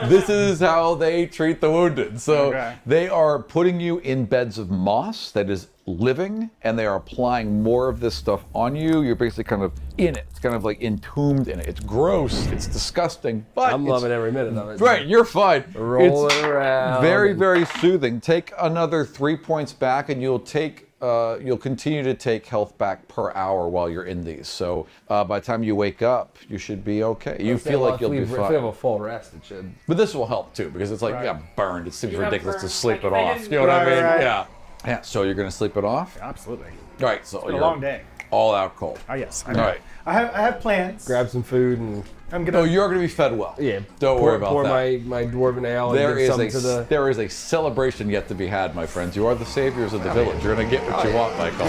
[SPEAKER 13] this is how they treat the wounded. So
[SPEAKER 15] Okay.
[SPEAKER 13] they are putting you in beds of moss that is living, and they are applying more of this stuff on you. You're basically kind of in it. It's kind of like entombed in it. It's gross. It's disgusting. But
[SPEAKER 15] I'm
[SPEAKER 13] it's-
[SPEAKER 15] loving every minute of it.
[SPEAKER 13] Right, you're fine.
[SPEAKER 15] Rolling
[SPEAKER 13] It's
[SPEAKER 15] around
[SPEAKER 13] Very,
[SPEAKER 15] and-
[SPEAKER 13] very soothing. Take another three points back, and you'll take. Uh, you'll continue to take health back per hour while you're in these. So uh, by the time you wake up, you should be okay. You
[SPEAKER 15] Okay,
[SPEAKER 13] feel
[SPEAKER 15] well,
[SPEAKER 13] like
[SPEAKER 15] if
[SPEAKER 13] you'll
[SPEAKER 15] we-
[SPEAKER 13] be
[SPEAKER 15] if we
[SPEAKER 13] fine.
[SPEAKER 15] have a full rest, it should.
[SPEAKER 13] But this will help too because it's like you got burned. It seems
[SPEAKER 15] You got
[SPEAKER 13] ridiculous to
[SPEAKER 15] burned.
[SPEAKER 13] sleep
[SPEAKER 15] Like,
[SPEAKER 13] it
[SPEAKER 15] they
[SPEAKER 13] off.
[SPEAKER 15] didn't-
[SPEAKER 13] You know what I
[SPEAKER 15] Right,
[SPEAKER 13] mean?
[SPEAKER 15] right.
[SPEAKER 13] Yeah. Yeah. So you're gonna sleep it off.
[SPEAKER 12] Absolutely.
[SPEAKER 13] All right. So
[SPEAKER 12] It's been a
[SPEAKER 13] you're
[SPEAKER 12] long day.
[SPEAKER 13] All out cold.
[SPEAKER 12] Oh yes. I
[SPEAKER 13] All
[SPEAKER 12] know.
[SPEAKER 13] right.
[SPEAKER 12] I have I have plans.
[SPEAKER 15] Grab some food and.
[SPEAKER 12] I'm
[SPEAKER 13] No, you're gonna be fed well. Yeah. Don't
[SPEAKER 15] pour,
[SPEAKER 13] worry about
[SPEAKER 15] pour
[SPEAKER 13] that.
[SPEAKER 15] my my dwarven ale.
[SPEAKER 13] There
[SPEAKER 15] and
[SPEAKER 13] is
[SPEAKER 15] give some
[SPEAKER 13] a
[SPEAKER 15] to the.
[SPEAKER 13] there is a celebration yet to be had, my friends. You are the saviors of the village. You're gonna get what you want, Michael.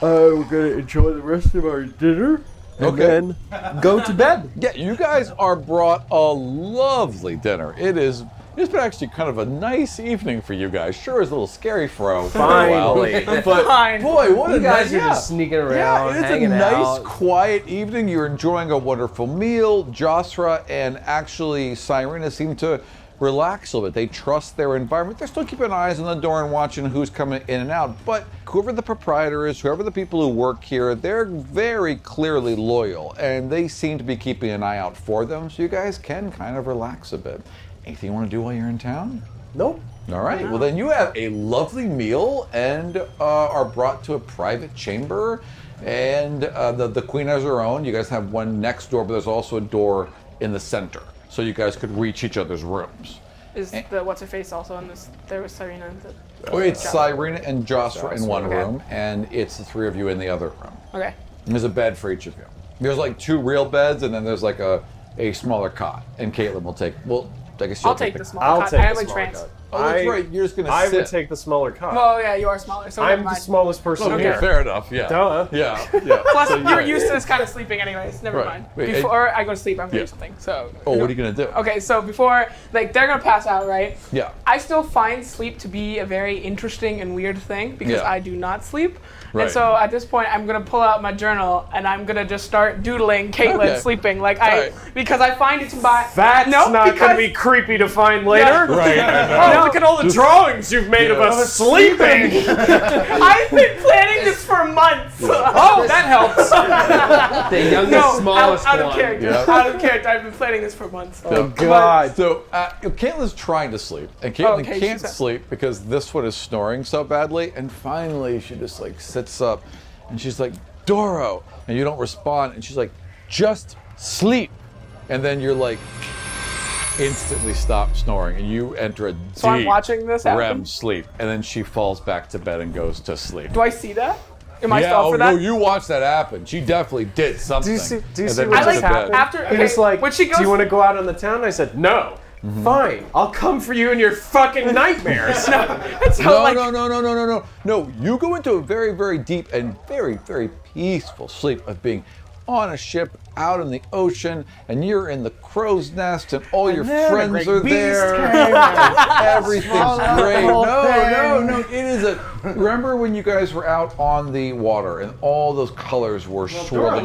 [SPEAKER 16] Uh, we're gonna enjoy the rest of our dinner and
[SPEAKER 13] Okay.
[SPEAKER 16] then go to bed.
[SPEAKER 13] Yeah, you guys are brought a lovely dinner. It is. It's been actually kind of a nice evening for you guys. Sure is a little scary for a for a while,
[SPEAKER 15] Finally.
[SPEAKER 13] but
[SPEAKER 15] Fine.
[SPEAKER 13] boy, what
[SPEAKER 15] You
[SPEAKER 13] a nice,
[SPEAKER 15] guys are
[SPEAKER 13] yeah.
[SPEAKER 15] just sneaking
[SPEAKER 13] Yeah,
[SPEAKER 15] around,
[SPEAKER 13] it's a
[SPEAKER 15] hanging
[SPEAKER 13] nice,
[SPEAKER 15] out.
[SPEAKER 13] quiet evening. You're enjoying a wonderful meal. Josra and actually Cyrena seem to relax a little bit. They trust their environment. They're still keeping eyes on the door and watching who's coming in and out. But whoever the proprietor is, whoever the people who work here, they're very clearly loyal and they seem to be keeping an eye out for them. So you guys can kind of relax a bit. Anything you want to do while you're in town?
[SPEAKER 15] Nope.
[SPEAKER 13] All right. Well, then you have a lovely meal and uh, are brought to a private chamber. And uh, the, the queen has her own. You guys have one next door, but there's also a door in the center. So you guys could reach each other's rooms.
[SPEAKER 14] Is the what's her face also in this? There was Serena. The,
[SPEAKER 13] Oh, it's
[SPEAKER 14] Yeah.
[SPEAKER 13] Cyrena and Joshua in one
[SPEAKER 14] Okay.
[SPEAKER 13] room, and it's the three of you in the other room.
[SPEAKER 14] Okay.
[SPEAKER 13] And there's a bed for each of you. There's like two real beds, and then there's like a, a smaller cot. And Caitlin will take. Well, I guess you'll
[SPEAKER 14] I'll take
[SPEAKER 13] the
[SPEAKER 14] the smaller I'll cot. take I the am in smaller trance. cot.
[SPEAKER 13] Oh, that's
[SPEAKER 15] I-
[SPEAKER 13] right. You're just gonna.
[SPEAKER 15] I would
[SPEAKER 13] sit.
[SPEAKER 15] take the smaller cot.
[SPEAKER 14] Oh yeah, you are smaller. So
[SPEAKER 15] I'm
[SPEAKER 14] never
[SPEAKER 15] the
[SPEAKER 14] mind.
[SPEAKER 15] smallest person
[SPEAKER 13] Okay,
[SPEAKER 15] here.
[SPEAKER 13] fair enough. Yeah.
[SPEAKER 15] Duh.
[SPEAKER 13] Yeah. Yeah.
[SPEAKER 14] Plus,
[SPEAKER 13] So
[SPEAKER 14] you're
[SPEAKER 13] right.
[SPEAKER 14] used to this kind of sleeping, anyways. Never
[SPEAKER 13] Right.
[SPEAKER 14] mind.
[SPEAKER 13] Wait, I-
[SPEAKER 14] before I, go to sleep, I'm gonna
[SPEAKER 13] Yeah.
[SPEAKER 14] do something. So.
[SPEAKER 13] Oh, what are you gonna do?
[SPEAKER 14] Okay, so before like they're gonna pass out, right?
[SPEAKER 13] Yeah.
[SPEAKER 14] I still find sleep to be a very interesting and weird thing because
[SPEAKER 13] Yeah.
[SPEAKER 14] I do not sleep.
[SPEAKER 13] Right.
[SPEAKER 14] And so at this point, I'm gonna pull out my journal and I'm gonna just start doodling Caitlin
[SPEAKER 15] Okay.
[SPEAKER 14] sleeping, like I
[SPEAKER 15] Alright.
[SPEAKER 14] because I find it to buy.
[SPEAKER 15] That's
[SPEAKER 14] no,
[SPEAKER 15] not
[SPEAKER 14] because
[SPEAKER 15] going to be creepy to find later.
[SPEAKER 14] Yeah. Right, I know.
[SPEAKER 15] Oh, look at all the
[SPEAKER 14] Just-
[SPEAKER 15] drawings you've made of
[SPEAKER 14] Yeah.
[SPEAKER 15] us Oh, sleeping.
[SPEAKER 14] I've been planning this for months. Oh, that helps.
[SPEAKER 15] The youngest,
[SPEAKER 14] no,
[SPEAKER 15] smallest
[SPEAKER 14] out, out
[SPEAKER 15] one.
[SPEAKER 14] of character.
[SPEAKER 13] Yeah. Oh,
[SPEAKER 14] Out of character. I've been planning this for months.
[SPEAKER 13] So-
[SPEAKER 15] God.
[SPEAKER 13] So uh, Caitlin's trying to sleep, and Caitlin
[SPEAKER 14] Okay,
[SPEAKER 13] can't
[SPEAKER 14] she's-
[SPEAKER 13] sleep because this one is snoring so badly. And finally, she just like sits up, and she's like, "Doro," and you don't respond, and she's like, "Just sleep," and then you're like, instantly stop snoring, and you enter a
[SPEAKER 14] So I'm
[SPEAKER 13] deep
[SPEAKER 14] watching this happen?
[SPEAKER 13] REM sleep, and then she falls back to bed and goes to sleep.
[SPEAKER 14] Do I see that? Am I
[SPEAKER 13] yeah,
[SPEAKER 14] stalled
[SPEAKER 13] oh,
[SPEAKER 14] for that?
[SPEAKER 13] No, you watched that happen. She definitely did something.
[SPEAKER 15] see- do you
[SPEAKER 13] and
[SPEAKER 15] see
[SPEAKER 13] then
[SPEAKER 15] what
[SPEAKER 13] went
[SPEAKER 15] just
[SPEAKER 13] to bed.
[SPEAKER 15] happened?
[SPEAKER 14] after-
[SPEAKER 15] he
[SPEAKER 14] okay,
[SPEAKER 15] was like,
[SPEAKER 14] when she
[SPEAKER 15] "Do
[SPEAKER 14] goes-
[SPEAKER 15] you want to go out on the town?" I said, "No."
[SPEAKER 13] Mm-hmm.
[SPEAKER 15] Fine, I'll come for you and your fucking nightmares.
[SPEAKER 13] no, no, no, no, no, no, no. No, you go into a very, very deep and very, very peaceful sleep of being on a ship out in the ocean, and you're in the crow's nest, and all your
[SPEAKER 15] then a
[SPEAKER 13] friends
[SPEAKER 15] great
[SPEAKER 13] are
[SPEAKER 15] beast
[SPEAKER 13] there.
[SPEAKER 15] came
[SPEAKER 13] and Everything's
[SPEAKER 15] swallowed the
[SPEAKER 13] great.
[SPEAKER 15] whole
[SPEAKER 13] No, no,
[SPEAKER 15] thing.
[SPEAKER 13] no. It is a. Remember when you guys were out on the water and all those colors were swirling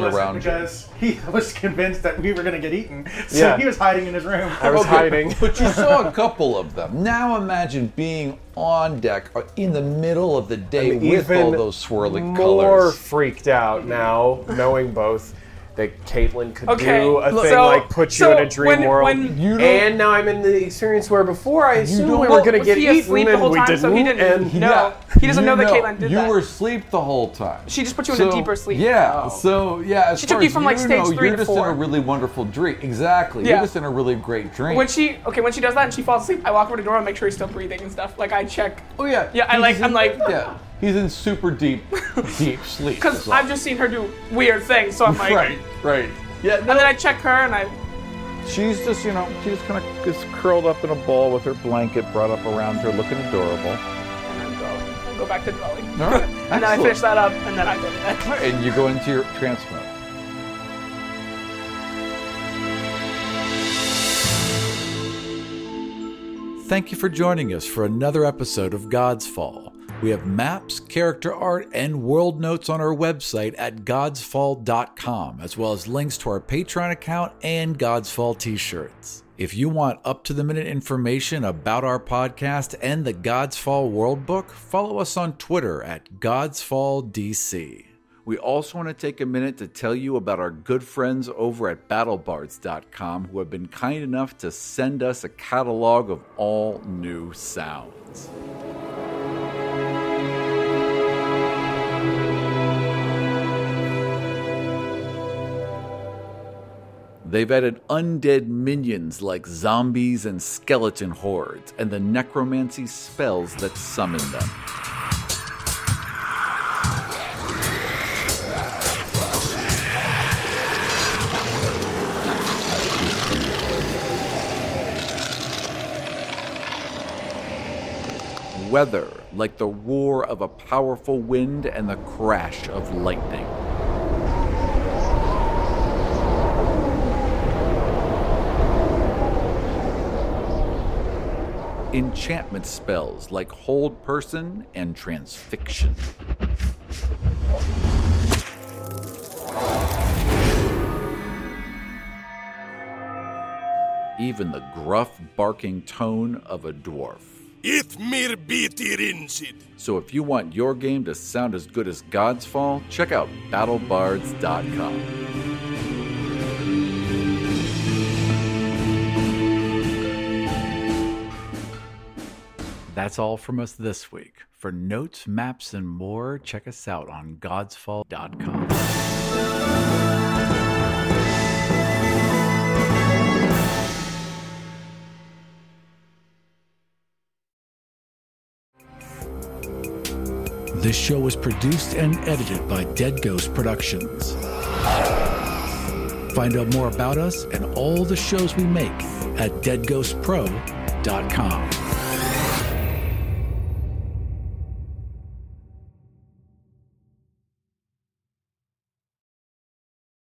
[SPEAKER 12] Dora wasn't
[SPEAKER 13] around you?
[SPEAKER 12] because he was convinced that we were going to get eaten, so
[SPEAKER 13] Yeah.
[SPEAKER 12] he was hiding in his room.
[SPEAKER 13] Okay, but you saw a couple of them. Now imagine being on deck uh, in the middle of the day
[SPEAKER 15] I'm
[SPEAKER 13] with all
[SPEAKER 15] even
[SPEAKER 13] those swirling
[SPEAKER 15] more
[SPEAKER 13] colors.
[SPEAKER 15] freaked out now, knowing both that Caitlin could
[SPEAKER 13] Okay,
[SPEAKER 15] do a
[SPEAKER 13] look,
[SPEAKER 15] thing
[SPEAKER 13] so-
[SPEAKER 15] like put you
[SPEAKER 13] so
[SPEAKER 15] in a dream
[SPEAKER 13] when-
[SPEAKER 15] world,
[SPEAKER 13] when- You don't-
[SPEAKER 15] and now I'm in the experience where before I assumed we were going to get eaten, and we didn't. and
[SPEAKER 14] he doesn't know that Caitlyn did
[SPEAKER 13] you
[SPEAKER 14] that.
[SPEAKER 13] were asleep the whole time.
[SPEAKER 14] She just put you in
[SPEAKER 13] so,
[SPEAKER 14] a deeper sleep. Oh.
[SPEAKER 13] Yeah. So yeah, as
[SPEAKER 14] She took
[SPEAKER 13] far
[SPEAKER 14] you
[SPEAKER 13] as
[SPEAKER 14] from, like, stage
[SPEAKER 13] know,
[SPEAKER 14] three
[SPEAKER 13] You're
[SPEAKER 14] to
[SPEAKER 13] just
[SPEAKER 14] four.
[SPEAKER 13] in a really wonderful dream. Exactly.
[SPEAKER 14] Yeah.
[SPEAKER 13] You're just in a really great dream.
[SPEAKER 14] When she okay, when she does that and she falls asleep, I walk over to Dora and make sure he's still breathing and stuff. Like I check.
[SPEAKER 13] Oh yeah.
[SPEAKER 14] Yeah, I like. I'm like.
[SPEAKER 13] yeah, he's in super deep, deep sleep.
[SPEAKER 14] Because
[SPEAKER 13] So-
[SPEAKER 14] I've just seen her do weird things, so I'm like.
[SPEAKER 13] right, right. Yeah.
[SPEAKER 14] And then I check her and I.
[SPEAKER 13] She's just, you know, she's kind of just curled up in a ball with her blanket brought up around her, looking adorable.
[SPEAKER 14] I go back to drawing.
[SPEAKER 13] All right,
[SPEAKER 14] and then I
[SPEAKER 13] excellent.
[SPEAKER 14] finish that up and then I go to bed.
[SPEAKER 13] And you go into your trance mode. Thank you for joining us for another episode of God's Fall. We have maps, character art, and world notes on our website at godsfall.com, as well as links to our Patreon account and God's Fall t shirts. If you want up to the minute information about our podcast and the God's Fall World Book, follow us on Twitter at GodsfallDC. We also want to take a minute to tell you about our good friends over at battlebards.com who have been kind enough to send us a catalog of all new sounds. They've added undead minions like zombies and skeleton hordes, and the necromancy spells that summon them. Weather like the roar of a powerful wind and the crash of lightning. enchantment spells like Hold Person and Transfixion. even the gruff barking tone of a dwarf.
[SPEAKER 21] It mer beter insid.
[SPEAKER 13] So if you want your game to sound as good as God's Fall, check out battlebards.com. That's all from us this week. For notes, maps, and more, check us out on godsfall.com.
[SPEAKER 1] This show was produced and edited by Dead Ghost Productions. Find out more about us and all the shows we make at deadghostpro.com.